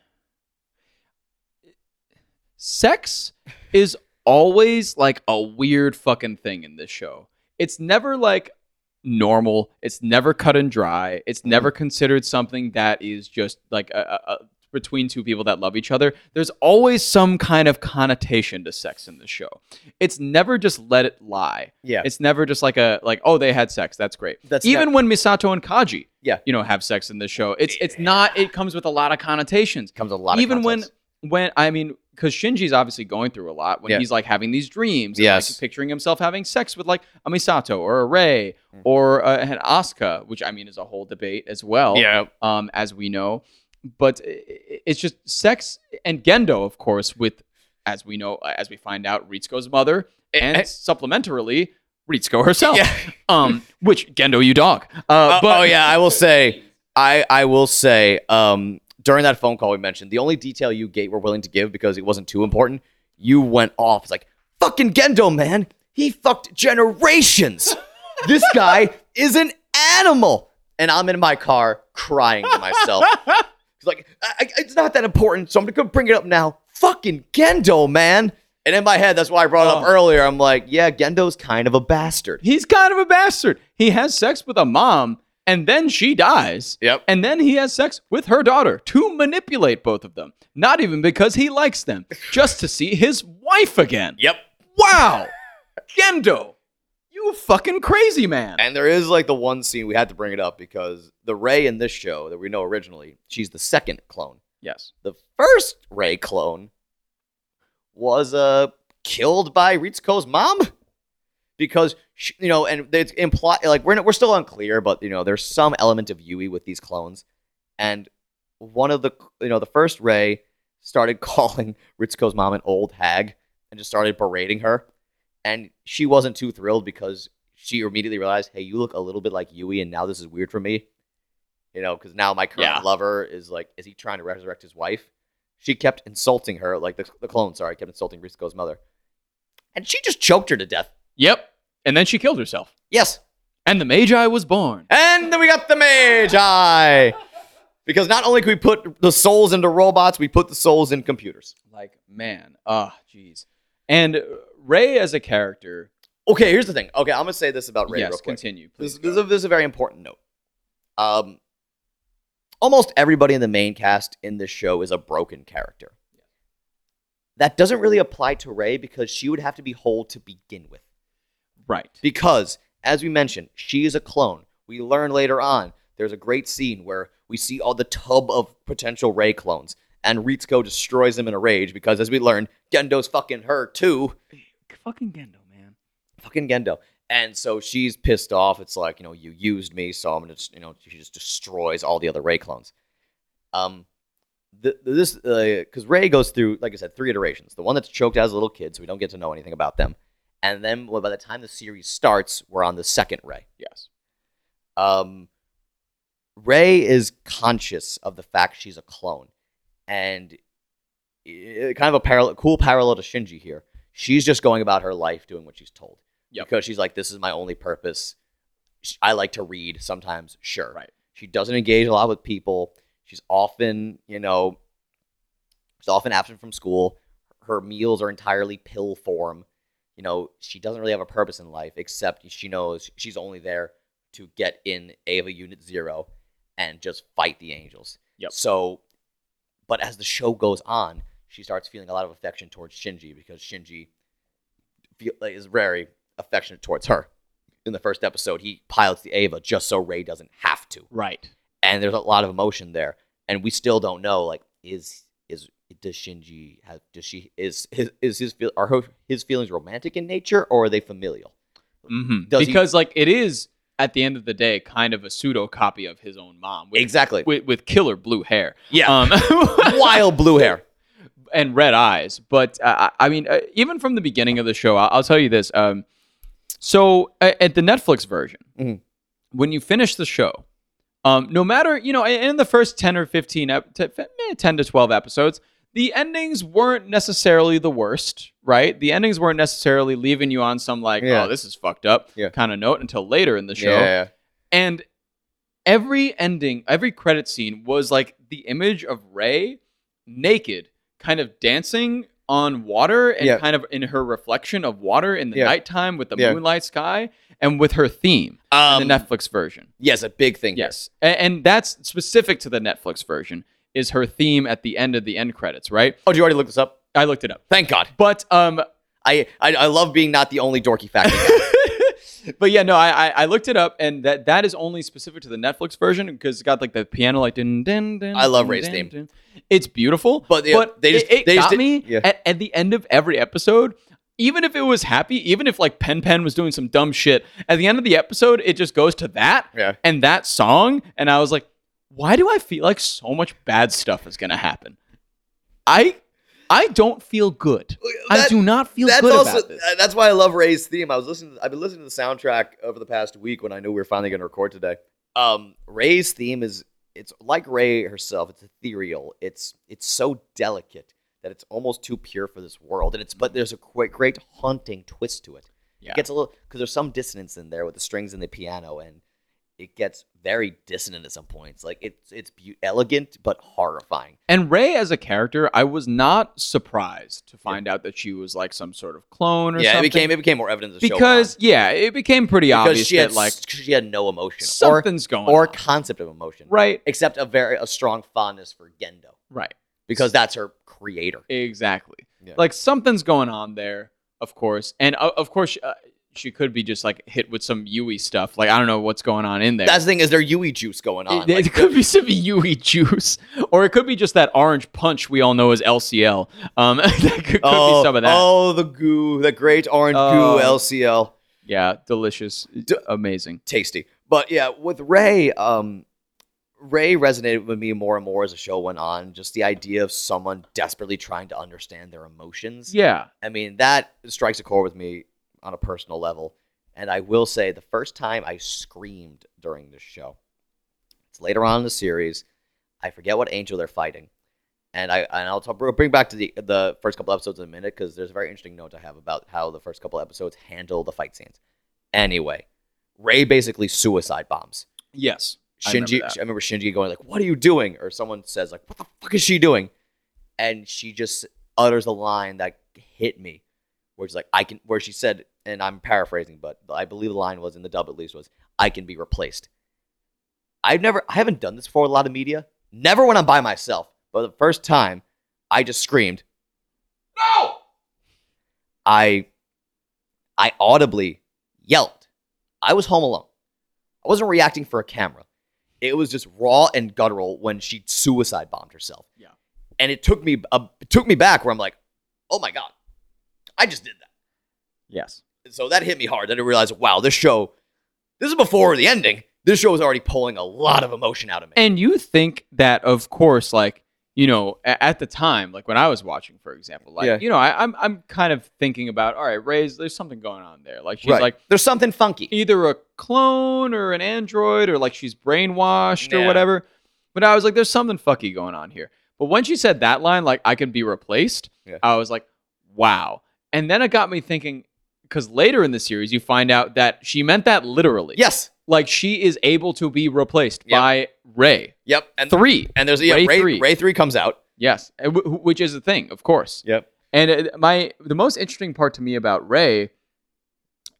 S1: sex is always like a weird fucking thing in this show. It's never like normal. It's never cut and dry.
S2: Mm-hmm.
S1: It's never considered something that is just like a, a, a between two people that love each other. There's always some kind of connotation to sex in this show. It's never just let it lie.
S2: Yeah.
S1: It's never just like a like oh they had sex that's great.
S2: That's
S1: Even when Misato and Kaji
S2: Yeah.
S1: you know have sex in this show it's it's not it comes with a lot of connotations.
S2: comes a lot
S1: Even
S2: of
S1: when
S2: context.
S1: when I mean because Shinji's obviously going through a lot when
S2: Yeah.
S1: he's like having these dreams. And,
S2: Yes.
S1: like, picturing himself having sex with like a Misato or a Rei
S2: Mm.
S1: or uh, an Asuka, which I mean is a whole debate as well
S2: yeah,
S1: um, as we know. But i- i- it's just sex and Gendo, of course, with as we know, uh, as we find out, Ritsuko's mother, and
S2: Eh, eh.
S1: supplementarily Ritsuko herself.
S2: Yeah.
S1: Um, which Gendo, you dog. Uh,
S2: Uh,
S1: but
S2: oh yeah, I will say, I I will say, um, during that phone call we mentioned, the only detail you gate were willing to give because it wasn't too important, you went off. It's like fucking Gendo, man. He fucked generations. this guy is an animal, and I'm in my car crying to myself. It's like I, I- it's not that important, so I'm gonna bring it up now. Fucking Gendo, man. And in my head, that's why I brought it up
S1: Oh.
S2: earlier. I'm like, yeah, Gendo's kind of a bastard.
S1: he's kind of a bastard. He has sex with a mom, and then she dies.
S2: Yep.
S1: And then he has sex with her daughter to manipulate both of them. Not even because he likes them, just to see his wife again.
S2: Yep.
S1: Wow, Gendo, you fucking crazy man.
S2: And there is like the one scene we had to bring it up because the Ray in this show that we know originally, she's the second clone.
S1: Yes.
S2: The first Ray clone was uh killed by Ritsuko's mom because she, you know, and they imply like we're we're still unclear, but you know, there's some element of Yui with these clones, and one of the you know the first Ray started calling Ritsuko's mom an old hag and just started berating her, and she wasn't too thrilled because she immediately realized, hey, you look a little bit like Yui, and now this is weird for me. You know, because now my current
S1: Yeah.
S2: lover is like, is he trying to resurrect his wife? She kept insulting her, like the, the clone, sorry, kept insulting Risco's mother. And she just choked her to death.
S1: Yep. And then she killed herself.
S2: Yes.
S1: And the Magi was born.
S2: And then we got the Magi. Because not only can we put the souls into robots, we put the souls in computers.
S1: Like, man. Ah, jeez. And Ray as a character.
S2: Okay, here's the thing. Okay, I'm gonna say this about Ray real
S1: yes,
S2: quick.
S1: continue.
S2: This,
S1: Please.
S2: this, is a, this is a very important note. Um, almost everybody in the main cast in this show is a broken character. That doesn't really apply to Ray because she would have to be whole to begin with.
S1: right.
S2: Because, as we mentioned, she is a clone. We learn later on, there's a great scene where we see all the tub of potential Ray clones, and Ritsuko destroys them in a rage because, as we learned, Gendo's fucking her too.
S1: Fucking Gendo, man.
S2: Fucking Gendo. And so she's pissed off. It's like, you know, you used me, so I'm gonna, just, you know, she just destroys all the other Ray clones. Um, the, this because Ray goes through, like I said, three iterations. The one that's choked out as a little kid, so we don't get to know anything about them. And then, well, by the time the series starts, we're on the second Ray
S1: Yes.
S2: um, Ray is conscious of the fact she's a clone, and i- kind of a parallel, cool parallel to Shinji here. She's just going about her life doing what she's told
S1: Yep.
S2: because she's like, "This is my only purpose." Sh- I like to read sometimes, sure.
S1: Right.
S2: She doesn't engage a lot with people. She's often, you know, she's often absent from school. Her meals are entirely pill form. You know, she doesn't really have a purpose in life except she knows she's only there to get in Ava Unit Zero and just fight the angels.
S1: Yep.
S2: So, but as the show goes on, she starts feeling a lot of affection towards Shinji because Shinji feel, like, is very affectionate towards her. In the first episode, he pilots the Ava just so Ray doesn't have to,
S1: Right.
S2: and there's a lot of emotion there, and we still don't know like is is does Shinji have does she is his is his feel are her, his feelings romantic in nature or are they familial?
S1: Mhm.
S2: Does he-
S1: Because, like, it is, at the end of the day, kind of a pseudo copy of his own mom. With,
S2: Exactly.
S1: With, with killer blue hair.
S2: Yeah.
S1: Um,
S2: Wild blue hair.
S1: and red eyes. But uh, I I mean, uh, even from the beginning of the show, I- I'll tell you this. Um, so a- at the Netflix version,
S2: Mhm.
S1: when you finish the show, um, no matter you know, in in the first ten or fifteen, ep- te- fe- eh, ten to twelve episodes, the endings weren't necessarily the worst, right? The endings weren't necessarily leaving you on some like,
S2: Yeah.
S1: oh, this is fucked up
S2: Yeah.
S1: kind of note until later in the show.
S2: Yeah.
S1: And every ending, every credit scene was like the image of Ray naked, kind of dancing on water and
S2: Yeah.
S1: kind of in her reflection of water in the
S2: Yeah.
S1: nighttime with the
S2: Yeah.
S1: moonlight sky and with her theme in
S2: Um,
S1: the Netflix version.
S2: yes, a big thing. here.
S1: Yes. A- and that's specific to the Netflix version is her theme at the end of the end credits, right?
S2: Oh, did you already look this up?
S1: I looked it up.
S2: Thank God.
S1: But um
S2: I, I, I love being not the only dorky factor.
S1: but yeah, no, I, I I looked it up, and that that is only specific to the Netflix version because it's got like the piano like din din din.
S2: I love
S1: din,
S2: Ray's
S1: din,
S2: theme.
S1: din. It's beautiful,
S2: But,
S1: but,
S2: yeah, they
S1: they
S2: just-
S1: just, it, it
S2: they just
S1: got
S2: did-
S1: me
S2: yeah.
S1: at, at the end of every episode. Even if it was happy, even if like Pen Pen was doing some dumb shit, at the end of the episode, it just goes to that
S2: Yeah.
S1: and that song, and I was like, why do I feel like so much bad stuff is gonna happen? I I don't feel good. I
S2: That-
S1: do not feel
S2: that's
S1: good
S2: also
S1: about this.
S2: uh, that's why I love Ray's theme. I was listening. I've been listening to the soundtrack over the past week when I knew we were finally going to record today. Um, Ray's theme is it's like Ray herself. It's ethereal. It's it's so delicate that it's almost too pure for this world. And it's but there's a great, great haunting twist to it.
S1: Yeah.
S2: It gets a little because there's some dissonance in there with the strings and the piano, and it gets very dissonant at some points. Like it's it's be- elegant but horrifying.
S1: And Ray as a character, I was not surprised to find out that she was like some sort of clone or
S2: yeah,
S1: something.
S2: it became it became more evident as the show went on.
S1: because yeah, it became pretty
S2: because
S1: obvious
S2: she had
S1: that like
S2: she had no emotion or
S1: something's going
S2: or
S1: on.
S2: concept of emotion,
S1: Right.
S2: Except a very a strong fondness for Gendo
S1: Right.
S2: because that's her creator.
S1: Exactly.
S2: Yeah.
S1: Like something's going on there, of course. And uh, of course uh, she could be just like hit with some Yui stuff. Like I don't know what's going on in there.
S2: That's the thing is there Yui juice going on.
S1: it, it
S2: Like,
S1: could be some Yui juice, or it could be just that orange punch we all know as LCL. Um, that could, could
S2: oh,
S1: be some of that.
S2: oh, the goo, the great orange
S1: Oh.
S2: goo, LCL,
S1: Yeah, delicious,
S2: D-
S1: amazing.
S2: tasty. But yeah, with Ray, um, Ray resonated with me more and more as the show went on. Just the idea of someone desperately trying to understand their emotions.
S1: Yeah,
S2: I mean, that strikes a chord with me on a personal level. And I will say, the first time I screamed during this show, It's later on in the series. I forget what angel they're fighting, and I and I'll talk, bring back to the the first couple episodes in a minute because there's a very interesting note I have about how the first couple episodes handle the fight scenes. Anyway, Ray basically suicide bombs
S1: Yes. I remember
S2: Shinji. I
S1: that.
S2: remember, Shinji going like, "What are you doing?" Or someone says like, "What the fuck is she doing?" And she just utters a line that hit me, where she's like, "I can," where she said, and I'm paraphrasing, but I believe the line was in the dub at least was, "I can be replaced." I've never, I haven't done this for a lot of media. Never when I'm by myself, but the first time, I just screamed,
S3: No!
S2: I I audibly yelled. I was home alone. I wasn't reacting for a camera. It was just raw and guttural when she suicide bombed herself.
S1: Yeah.
S2: And it took me uh, it took me back where I'm like, "Oh my god. I just did that."
S1: Yes.
S2: And so that hit me hard. Then I realized, "Wow, this show this is before the ending. This show is already pulling a lot of emotion out of me."
S1: And you think that, of course, like you know, a- at the time, like when I was watching, for example, like
S2: Yeah.
S1: you know, I, I'm I'm kind of thinking about, all right, Ray's, there's something going on there. Like she's
S2: Right.
S1: like
S2: there's something funky.
S1: either a clone or an android or like she's brainwashed
S2: Yeah.
S1: or whatever. But I was like, there's something fucky going on here. But when she said that line, like I can be replaced,
S2: Yeah.
S1: I was like, wow. And then it got me thinking because later in the series, you find out that she meant that literally.
S2: Yes.
S1: Like she is able to be replaced
S2: Yep.
S1: by Ray.
S2: Yep. And
S1: Three.
S2: and there's yeah, Ray,
S1: Ray
S2: 3.
S1: three.
S2: Ray 3 comes out.
S1: Yes, and wh- wh- which is a thing, of course.
S2: Yep.
S1: And it, my the most interesting part to me about Ray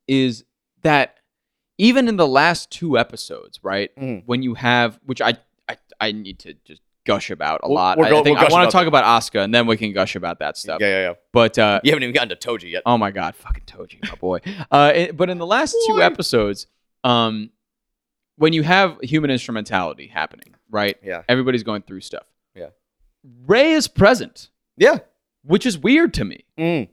S1: is that even in the last two episodes, right,
S2: Mhm.
S1: when you have, which I I, I need to just gush about a
S2: We'll-
S1: lot.
S2: we'll
S1: I-
S2: go-
S1: I, think
S2: we'll
S1: I
S2: gush
S1: want
S2: about
S1: to talk about Oscar, and then we can gush about that stuff.
S2: Yeah, yeah, yeah.
S1: But uh,
S2: You haven't even gotten to Toji yet.
S1: Oh my god, fucking Toji, my boy. Uh, it- but in the last two episodes, um, when you have human instrumentality happening, right?
S2: Yeah.
S1: Everybody's going through stuff.
S2: Yeah.
S1: Ray is present,
S2: Yeah.
S1: which is weird to me,
S2: Mm.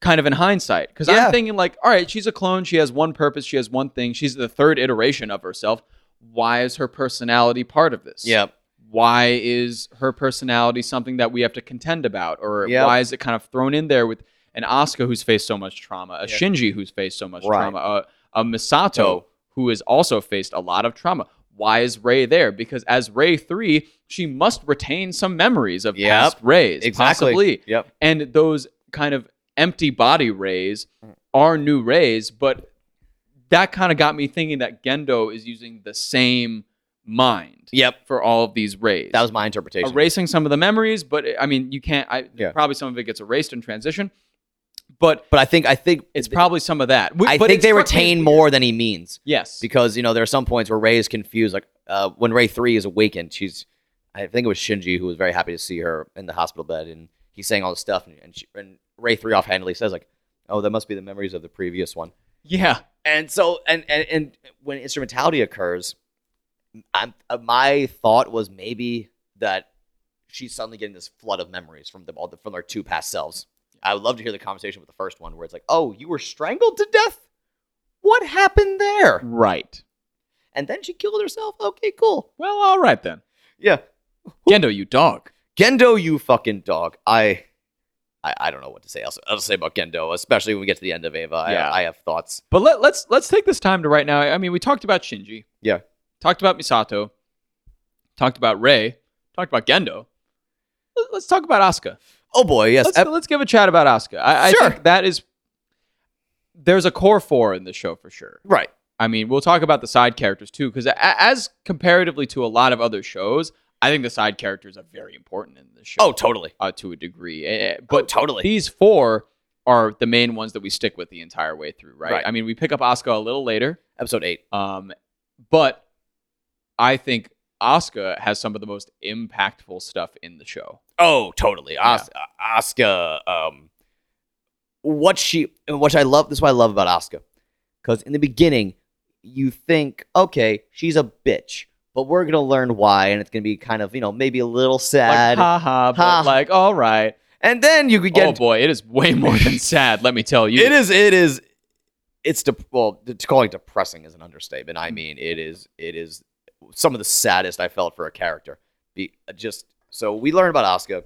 S1: kind of in hindsight, because
S2: Yeah.
S1: I'm thinking like, all right, she's a clone. She has one purpose. She has one thing. She's the third iteration of herself. Why is her personality part of this?
S2: Yeah.
S1: why is her personality something that we have to contend about or
S2: Yep.
S1: why is it kind of thrown in there with an Asuka who's faced so much trauma, a
S2: Yeah.
S1: Shinji who's faced so much
S2: Right.
S1: trauma, a, a Misato
S2: Oh.
S1: who has also faced a lot of trauma. Why is Ray there? Because as Ray 3, she must retain some memories of
S2: Yep.
S1: past Rays, possibly.
S2: Yep.
S1: And those kind of empty body Rays are new Rays, but that kind of got me thinking that Gendo is using the same mind
S2: Yep.
S1: for all of these rays.
S2: That was my interpretation.
S1: erasing some of the memories, but eh, I mean, you can't. I
S2: Yeah.
S1: probably some of it gets erased in transition, but
S2: But I think I think
S1: it's probably some of that. Wh-
S2: I
S1: but
S2: think
S1: it
S2: they
S1: struck me
S2: retain
S1: as-
S2: more than he means
S1: Yes,
S2: because you know there are some points where Ray is confused. Like uh, when Ray three is awakened, she's I think it was Shinji who was very happy to see her in the hospital bed, and he's saying all this stuff, and and, she, and Ray three offhandedly says like, "Oh, that must be the memories of the previous one."
S1: yeah,
S2: and so and and, and when instrumentality occurs I'm, uh, my thought was maybe that she's suddenly getting this flood of memories from them all the, from their two past selves i would love to hear the conversation with the first one where it's like oh you were strangled to death what happened there
S1: right.
S2: and then she killed herself okay cool
S1: Well, all right then.
S2: yeah
S1: Gendo, you dog.
S2: gendo you fucking dog i i, I don't know what to say else i'll say about gendo especially when we get to the end of ava
S1: Yeah.
S2: I, I have thoughts
S1: But let, let's let's take this time to right now. I mean, we talked about Shinji.
S2: Yeah.
S1: Talked about Misato. Talked about Ray. Talked about Gendo. Let- Let's talk about Asuka.
S2: oh boy yes
S1: let's,
S2: Ep-
S1: let's give a chat about Asuka. I,
S2: Sure.
S1: I think that is there's a core four in the show for sure.
S2: right
S1: I mean, we'll talk about the side characters too, because as comparatively to a lot of other shows, I think the side characters are very important in this show.
S2: oh totally
S1: uh, to a degree. Eh, eh,
S2: but
S1: But
S2: totally
S1: these four are the main ones that we stick with the entire way through, right?
S2: Right.
S1: I mean, we pick up Asuka a little later,
S2: episode eight.
S1: um, but I think Asuka has some of the most impactful stuff in the show.
S2: Oh, totally. As- uh, Asuka, um, what she, and what I love, this is what I love about Asuka. Because in the beginning, you think, okay, she's a bitch, but we're going to learn why, and it's going to be kind of, you know, maybe a little
S1: Like,
S2: sad.
S1: ha ha, but
S2: Ha.
S1: like, all right.
S2: and then you could get,
S1: oh boy, it is way more than sad, let me tell you.
S2: it is, it is, it's, de- well, to call it depressing is an understatement. I mean, it is, it is some of the saddest I felt for a character. Be, uh, just, so we learn about Asuka.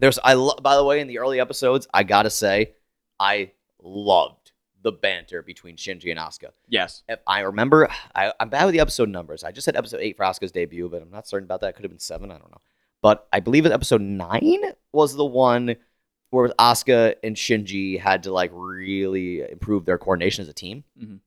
S2: There's I lo- by the way in the early episodes, I got to say I loved the banter between Shinji and Asuka.
S1: Yes.
S2: If I remember, I, I'm bad with the episode numbers. I just said episode eight for Asuka's debut, but I'm not certain about that. It could have been seven. I don't know. But I believe that episode nine was the one where Asuka and Shinji had to like really improve their coordination as a team.
S1: Mhm.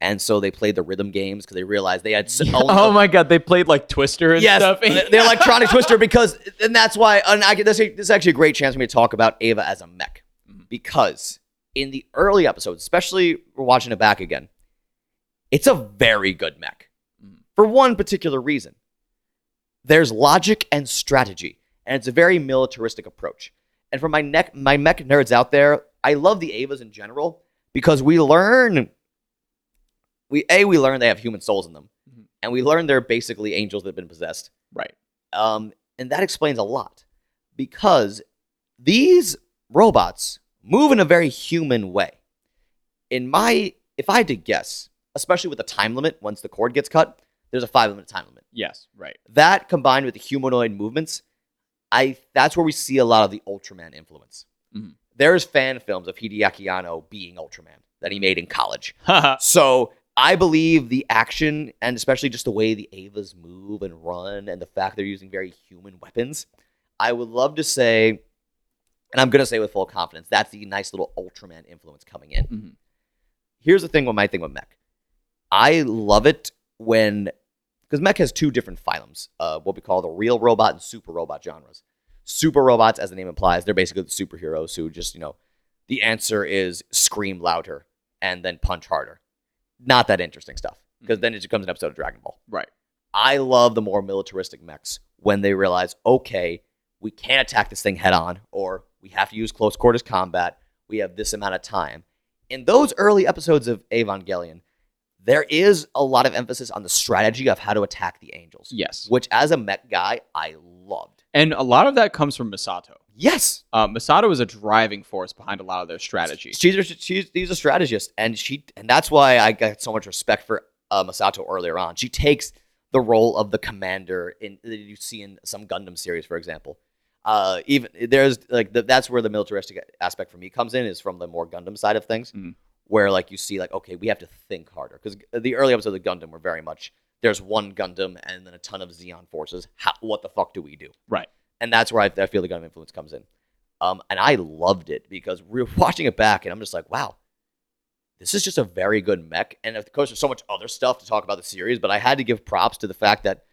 S2: And so they played the rhythm games because they realized they had so,
S1: Oh my god, they played like Twister and
S2: yes,
S1: stuff.
S2: the, the electronic twister because, and that's why, and I, this, this is actually a great chance for me to talk about Ava as a mech
S1: Mm-hmm.
S2: because in the early episodes, especially we're watching it back again, it's a very good mech
S1: Mm-hmm.
S2: for one particular reason. There's logic and strategy, and it's a very militaristic approach. And for my neck, my mech nerds out there, I love the Avas in general because we learn, we a we learn they have human souls in them,
S1: Mhm.
S2: and we learn they're basically angels that have been possessed.
S1: Right.
S2: Um, and that explains a lot because these robots move in a very human way. In my, if I had to guess, especially with the time limit, once the cord gets cut, there's a five minute time limit.
S1: Yes, right.
S2: That combined with the humanoid movements, I that's where we see a lot of the Ultraman influence.
S1: Mhm.
S2: There's fan films of Hideaki Anno being Ultraman that he made in college.
S1: Haha.
S2: So I believe the action and especially just the way the Avas move and run and the fact they're using very human weapons, I would love to say, and I'm going to say with full confidence, that's the nice little Ultraman influence coming in.
S1: Mhm.
S2: Here's the thing with my thing with mech. I love it when, because mech has two different phylums, uh, what we call the real robot and super robot genres. Super robots, as the name implies, they're basically the superheroes who just, you know, the answer is scream louder and then punch harder not that interesting stuff because then it just becomes an episode of Dragon Ball.
S1: Mm-hmm. Right.
S2: I love the more militaristic mechs when they realize, okay, we can't attack this thing head on, or we have to use close quarters combat. We have this amount of time. In those early episodes of Evangelion, there is a lot of emphasis on the strategy of how to attack the angels,
S1: Yes.
S2: which as a mech guy, I loved.
S1: And a lot of that comes from Misato.
S2: Yes,
S1: Uh, Misato is a driving force behind a lot of their strategy.
S2: she's a, she's, she's a strategist, and she and that's why I got so much respect for uh, Masato earlier on. She takes the role of the commander in that you see in some Gundam series, for example. Uh, even there's like the, that's where the militaristic aspect for me comes in is from the more Gundam side of things,
S1: Mm.
S2: where like you see like okay, we have to think harder because the early episodes of Gundam were very much there's one Gundam and then a ton of Xeon forces. How, what the fuck do we do?
S1: Right.
S2: and that's where I, I feel the Gundam influence comes in. Um, and I loved it because we're watching it back, and I'm just like, wow, this is just a very good mech. And of course, there's so much other stuff to talk about the series, but I had to give props to the fact that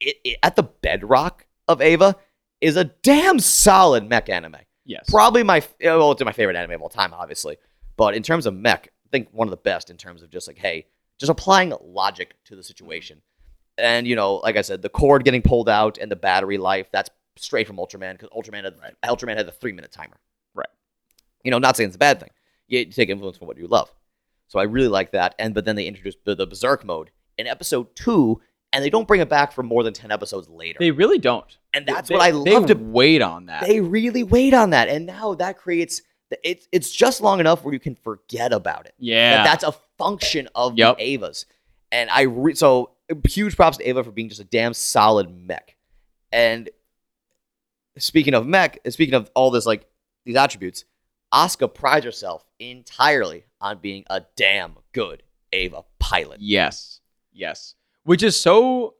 S2: it, it at the bedrock of Ava is a damn solid mech anime.
S1: Yes.
S2: Probably my f- well, it's my favorite anime of all time, obviously. But in terms of mech, I think one of the best in terms of just like, hey, just applying logic to the situation. And you know, like I said, the cord getting pulled out and the battery life—that's straight from Ultraman because Ultraman had Ultraman had the three-minute timer.
S1: Right.
S2: You know, not saying it's a bad thing. You take influence from what you love. So I really like that. And but then they introduced the, the Berserk mode in episode two, and they don't bring it back for more than ten episodes later.
S1: They really don't.
S2: and that's
S1: They-
S2: what I
S1: they
S2: loved. ab-
S1: wait on that.
S2: they really wait on that, and now that creates it's it's just long enough where you can forget about it.
S1: yeah.
S2: That that's a function of
S1: Yep.
S2: the Avas, and I re- so huge props to Ava for being just a damn solid mech. And speaking of mech, speaking of all this like these attributes, Asuka prides herself entirely on being a damn good Ava pilot.
S1: yes. Yes. Which is so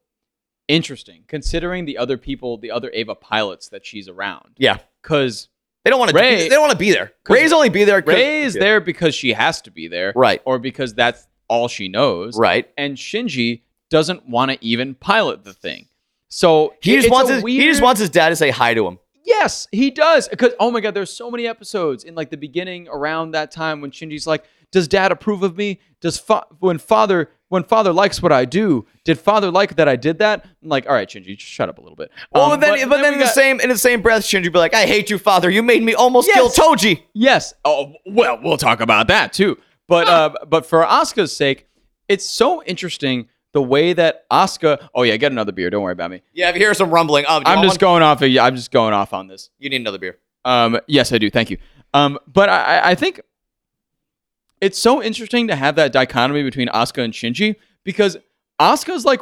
S1: interesting considering the other people, the other Ava pilots that she's around.
S2: Yeah,
S1: Because
S2: they don't want to.
S1: Ray-
S2: They don't want to be there. Ray's only be there. 'cause-
S1: Ray is there because she has to be there
S2: Right.
S1: or because that's all she knows.
S2: Right.
S1: And Shinji doesn't want to even pilot the thing. So
S2: He just
S1: it's
S2: wants
S1: a
S2: his. He
S1: weird-
S2: just wants his dad to say hi to him.
S1: Yes, he does. Because oh my god, there's so many episodes in like the beginning around that time when Shinji's like, "Does Dad approve of me? Does fa- when father when father likes what I do? Did father like that I did that?" I'm like, "All right, Shinji, just shut up a little bit."
S2: Oh,
S1: Um,
S2: but then, but, then,
S1: we
S2: in the
S1: got-
S2: same in the same breath, Shinji would be like, "I hate you, father. You made me almost
S1: Yes.
S2: kill Toji."
S1: Yes. Oh well, we'll talk about that too. But uh, but for Asuka's sake, it's so interesting the way that Asuka. Oh yeah, get another beer. Don't worry about me.
S2: Yeah, if you hear some rumbling, um,
S1: I'm just going off. Of, I'm just going off on this.
S2: You need another beer.
S1: Um, yes, I do. Thank you. Um, but I, I- I think it's so interesting to have that dichotomy between Asuka and Shinji because Asuka's like,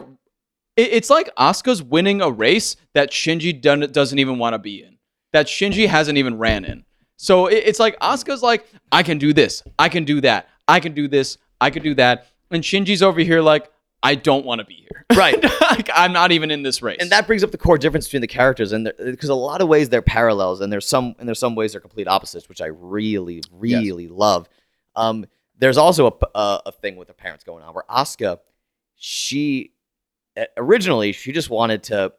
S1: it- it's like Asuka's winning a race that Shinji done, doesn't even want to be in, that Shinji hasn't even ran in. So it- it's like Asuka's like, I can do this, I can do that, I can do this, I can do that, and Shinji's over here like, I don't want to be here.
S2: Right.
S1: like, I'm not even in this race.
S2: and that brings up the core difference between the characters and because a lot of ways they're parallels and there's some and there's some ways they're complete opposites which i really really love um there's also a, p- a, a thing with the parents going on where Asuka, she uh, originally she just wanted to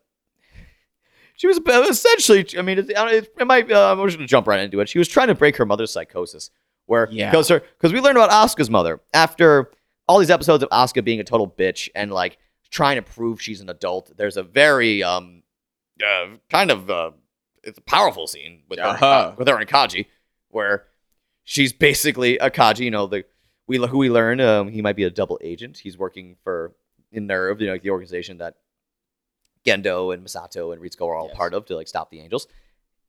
S2: she was essentially i mean it, it, it might uh, i'm just gonna jump right into it she was trying to break her mother's psychosis where
S1: Yeah.
S2: because her because we learned about Asuka's mother after all these episodes of Asuka being a total bitch and like trying to prove she's an adult. There's a very um uh, kind of uh, it's a powerful scene with her and
S1: Uh-huh.
S2: Ka- with her and Kaji where she's basically a Kaji. You know the we who we learn um, he might be a double agent. He's working for in Nerve, you know, like the organization that Gendo and Misato and Ritsuko are all
S1: Yes.
S2: part of to like stop the Angels.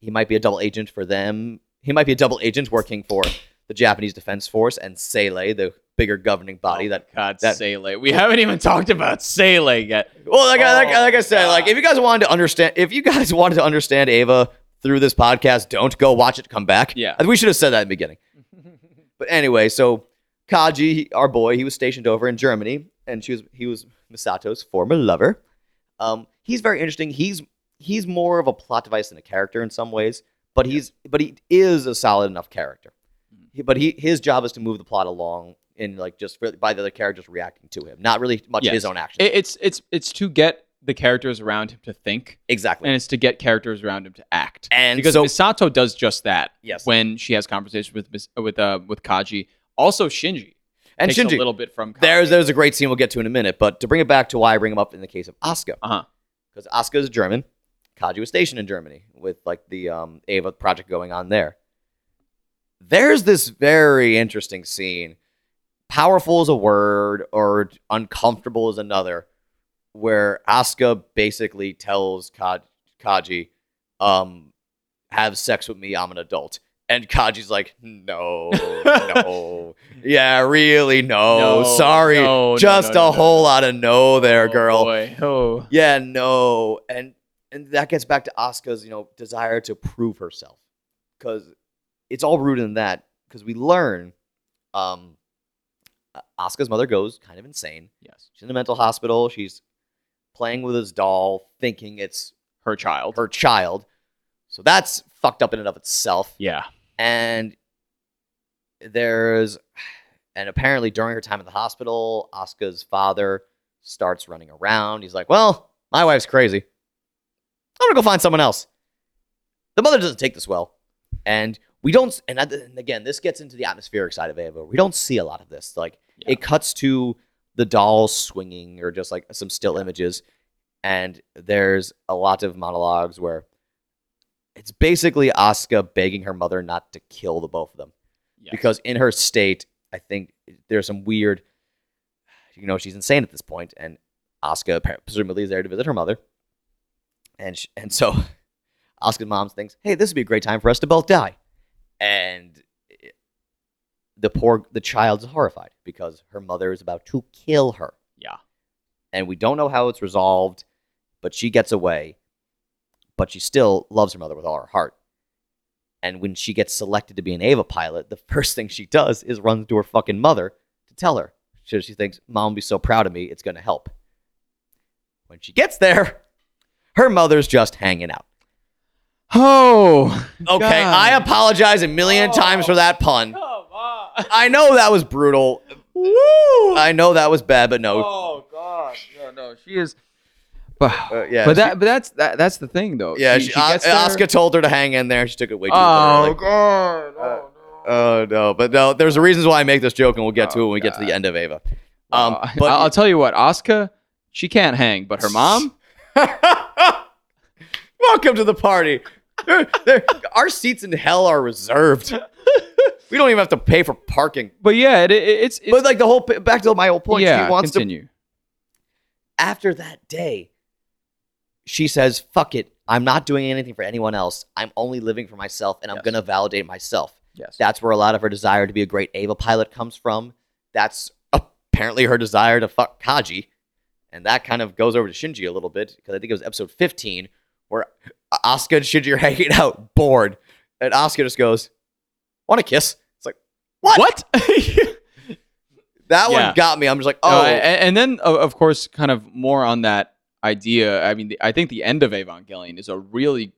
S2: He might be a double agent for them. He might be a double agent working for the Japanese Defense Force and Sele, the bigger governing body
S1: Oh,
S2: that
S1: God,
S2: that-
S1: Sele. We haven't even talked about Sele yet.
S2: Well, like, I like,
S1: Oh,
S2: like I said, like if you guys wanted to understand, if you guys wanted to understand Ava through this podcast, don't go watch it. Come back.
S1: Yeah.
S2: I- we should have said that in the beginning. but anyway, so Kaji, he- our boy, he was stationed over in Germany, and she was he was Misato's former lover. Um, he's very interesting. He's he's more of a plot device than a character in some ways, but he's but he is a solid enough character.
S1: Mm-hmm.
S2: He- but he his job is to move the plot along and like just really by the other characters reacting to him, not really much
S1: Yes.
S2: his own actions.
S1: It, it's it's it's to get the characters around him to think,
S2: exactly.
S1: and it's to get characters around him to act.
S2: And
S1: because
S2: so-
S1: Misato does just that
S2: Yes.
S1: when she has conversations with Mis- with uh, with Kaji. Also, Shinji
S2: and
S1: takes
S2: Shinji.
S1: a little bit from Kaji.
S2: there's there's a great scene we'll get to in a minute, but to bring it back to why I bring him up in the case of Asuka,
S1: Uh-huh.
S2: because Asuka is German, Kaji was stationed in Germany with like the um, Ava project going on there. There's this very interesting scene. Powerful is a word, or uncomfortable is another, where Asuka basically tells Ka- Kaji, um, "Have sex with me. I'm an adult." And Kaji's like, "No, no, yeah, really, no,
S1: No,
S2: oh, sorry,
S1: no, no, no,
S2: just
S1: no,
S2: a
S1: no."
S2: whole lot of no
S1: Oh,
S2: there, girl."
S1: boy. Oh.
S2: Yeah, no, and and that gets back to Asuka's, you know, desire to prove herself, because it's all rooted in that. Because we learn, um, A- Asuka's mother goes kind of insane.
S1: Yes,
S2: She's in a mental hospital. She's playing with his doll, thinking it's
S1: her child.
S2: her child. So that's fucked up in and of itself
S1: yeah.
S2: and there's and apparently during her time at the hospital Asuka's father starts running around he's like well my wife's crazy i'm gonna go find someone else the mother doesn't take this well and we don't and, I, and again this gets into the atmospheric side of ava we don't see a lot of this like
S1: Yeah.
S2: it cuts to the doll swinging or just like some still images and there's a lot of monologues where it's basically Asuka begging her mother not to kill the both of them
S1: Yes.
S2: because in her state, I think there's some weird, you know, she's insane at this point, and Asuka appar- presumably is there to visit her mother, and sh and so Asuka's mom thinks, hey, this would be a great time for us to both die, and it- the poor the child's horrified because her mother is about to kill her.
S1: Yeah.
S2: and we don't know how it's resolved, but she gets away, but she still loves her mother with all her heart. And when she gets selected to be an Ava pilot, the first thing she does is runs to her fucking mother to tell her. So she thinks, Mom will be so proud of me, it's going to help. When she gets there, her mother's just hanging out.
S1: Oh.
S2: Okay, I apologize a million times for that pun. I know that was brutal. Woo! I know that was bad, but no.
S1: Oh God. No, no. She is. But,
S2: Uh, yeah,
S1: but
S2: she-
S1: that, but that's that, that's the thing though.
S2: yeah, she,
S1: gets there-
S2: Oscar told her to hang in there, and she took it way too
S1: Oh
S2: literally.
S1: God.
S2: Uh,
S1: Oh, no.
S2: Oh no, but no, there's reasons why I make this joke, and we'll get to it when we get to
S1: God.
S2: the end of Ava. Um,
S1: Wow.
S2: but
S1: I'll, I'll tell you what, Oscar, she can't hang, but her mom.
S2: welcome to the party. There- there- our seats in hell are reserved. we don't even have to pay for parking.
S1: But yeah, it, it, it's, it's
S2: But like the whole back to my whole point,
S1: yeah.
S2: she wants
S1: continue.
S2: to. After that day, she says, "Fuck it, I'm not doing anything for anyone else. I'm only living for myself, and I'm
S1: Yes.
S2: gonna validate myself."
S1: yes.
S2: That's where a lot of her desire to be a great Ava pilot comes from. That's apparently her desire to fuck Kaji. And that kind of goes over to Shinji a little bit because I think it was episode 15 where Asuka and Shinji are hanging out bored. And Asuka just goes, want to kiss? It's like
S1: What?
S2: that
S1: Yeah.
S2: one got me. I'm just like,
S1: Uh,
S2: oh,
S1: a- and, then, o- of course, kind of more on that idea. I mean, the, I think the end of Evangelion is a really,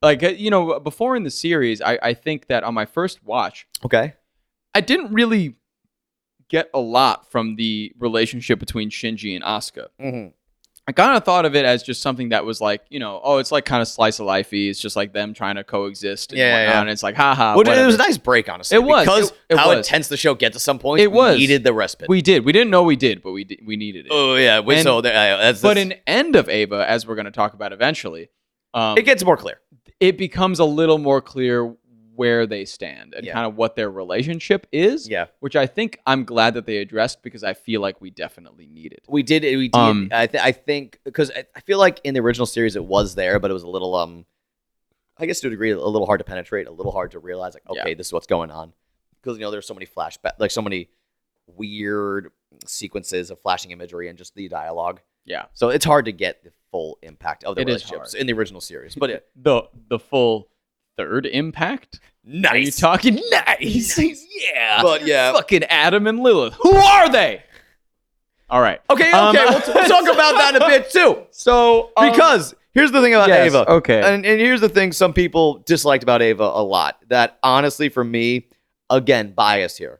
S1: like, uh, you know, before in the series, I, I think that on my first watch,
S2: okay,
S1: I didn't really get a lot from the relationship between Shinji and Asuka.
S2: Mhm.
S1: I kind of thought of it as just something that was like, you know, oh, it's like kind of slice of lifey. It's just like them trying to coexist. And
S2: Yeah, yeah,
S1: whatnot,
S2: yeah.
S1: And it's like, haha.
S2: Well, it was
S1: Uh, whatever.
S2: a nice break, honestly.
S1: It was.
S2: because
S1: It- it
S2: how
S1: was.
S2: intense the show gets at some point.
S1: It
S2: we
S1: was.
S2: needed the respite.
S1: we did. We didn't know we did, but we did, we needed it.
S2: oh yeah, we,
S1: And-
S2: so there, uh, that's,
S1: but
S2: that's-
S1: in end of Ava, as we're going to talk about eventually, um,
S2: it gets more clear.
S1: it becomes a little more clear where they stand and
S2: Yeah.
S1: kind of what their relationship is,
S2: Yeah,
S1: which I think I'm glad that they addressed because I feel like we definitely need it.
S2: we did. We did.
S1: Um,
S2: I, th- I think because I, I feel like in the original series it was there, but it was a little um, I guess to a degree a little hard to penetrate, a little hard to realize like
S1: Yeah.
S2: okay, this is what's going on because you know there's so many flashback, like so many weird sequences of flashing imagery and just the dialogue.
S1: Yeah.
S2: So it's hard to get the full impact of the
S1: It is
S2: relationships in the original series, but it,
S1: The the full third impact? Are you
S2: nice.
S1: talking nice? yeah.
S2: But yeah.
S1: Fucking Adam and Lilith. Who are they? All right.
S2: Okay, okay,
S1: Um,
S2: we'll, we'll talk about that in a bit too.
S1: So um,
S2: Because here's the thing about
S1: Yes,
S2: Ava.
S1: okay.
S2: And, and here's the thing some people disliked about Ava a lot. That honestly, for me, again, bias here.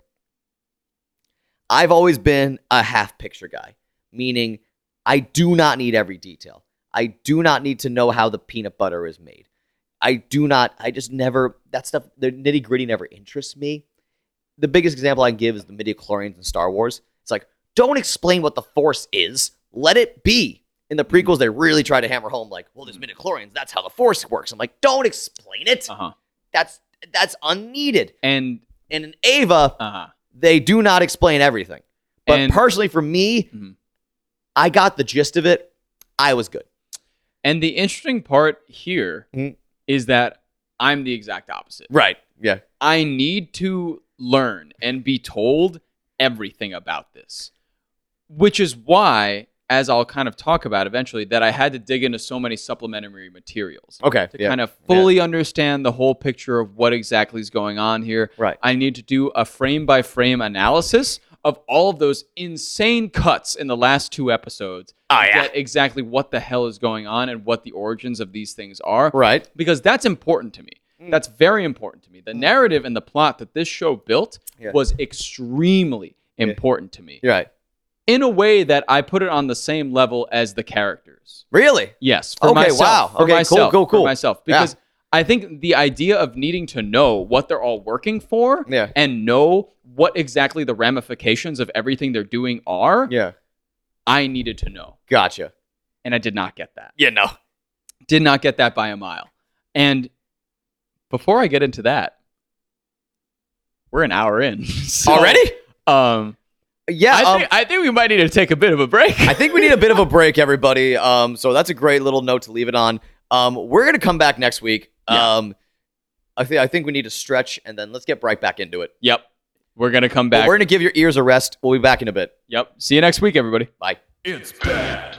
S2: I've always been a half picture guy, meaning I do not need every detail. I do not need to know how the peanut butter is made. I do not, I just never, that stuff, the nitty gritty never interests me. The biggest example I can give is the midichlorians in Star Wars. It's like, don't explain what the Force is, let it be. In the
S1: Mm-hmm.
S2: prequels, they really try to hammer home, like, well, there's midichlorians, that's how the Force works. I'm like, don't explain it.
S1: Uh-huh.
S2: That's that's unneeded.
S1: and
S2: And in Ava,
S1: uh
S2: they do not explain everything. But
S1: And-
S2: personally, for me,
S1: Mhm.
S2: I got the gist of it. I was good.
S1: and the interesting part here is
S2: Mm.
S1: that I'm the exact opposite.
S2: Right. Yeah.
S1: I need to learn and be told everything about this, which is why, as I'll kind of talk about eventually, that I had to dig into so many supplementary materials
S2: Okay.
S1: to kind of fully understand the whole picture of what exactly is going on here.
S2: Right.
S1: I need to do a frame by frame analysis of all of those insane cuts in the last two episodes.
S2: Oh,
S1: to
S2: yeah.
S1: Get exactly what the hell is going on and what the origins of these things are
S2: Right. Mm.
S1: because that's important to me. That's very important to me. The narrative and the plot that this show built
S2: Yeah.
S1: was extremely important to me
S2: You're right.
S1: in a way that I put it on the same level as the characters.
S2: Really?
S1: Yes, for
S2: Okay,
S1: myself.
S2: wow.
S1: For
S2: Okay, cool,
S1: myself,
S2: cool,
S1: For
S2: cool.
S1: myself,
S2: Yeah.
S1: because I think the idea of needing to know what they're all working for
S2: Yeah.
S1: and know what exactly the ramifications of everything they're doing are,
S2: Yeah.
S1: I needed to know,
S2: Gotcha.
S1: and I did not get that.
S2: Yeah. No.
S1: did not get that by a mile. And before I get into that, we're an hour in So,
S2: Already?
S1: Um,
S2: Yeah.
S1: I,
S2: um,
S1: think, I think we might need to take a bit of a break.
S2: I think we need a bit of a break, everybody. Um, so that's a great little note to leave it on. Um, we're gonna come back next week.
S1: Yeah.
S2: Um, I think I think we need to stretch and then let's get right back into it.
S1: yep, we're gonna come
S2: But
S1: back.
S2: we're gonna give your ears a rest. We'll be back in a bit.
S1: yep, see you next week, everybody.
S2: Bye.
S3: It's bad.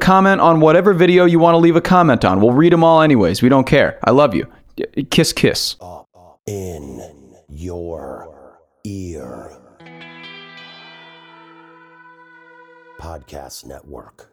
S4: comment on whatever video you want to leave a comment on. We'll read them all anyways. We don't care. I love you. Y- Kiss, kiss.
S5: in your ear. Podcast Network.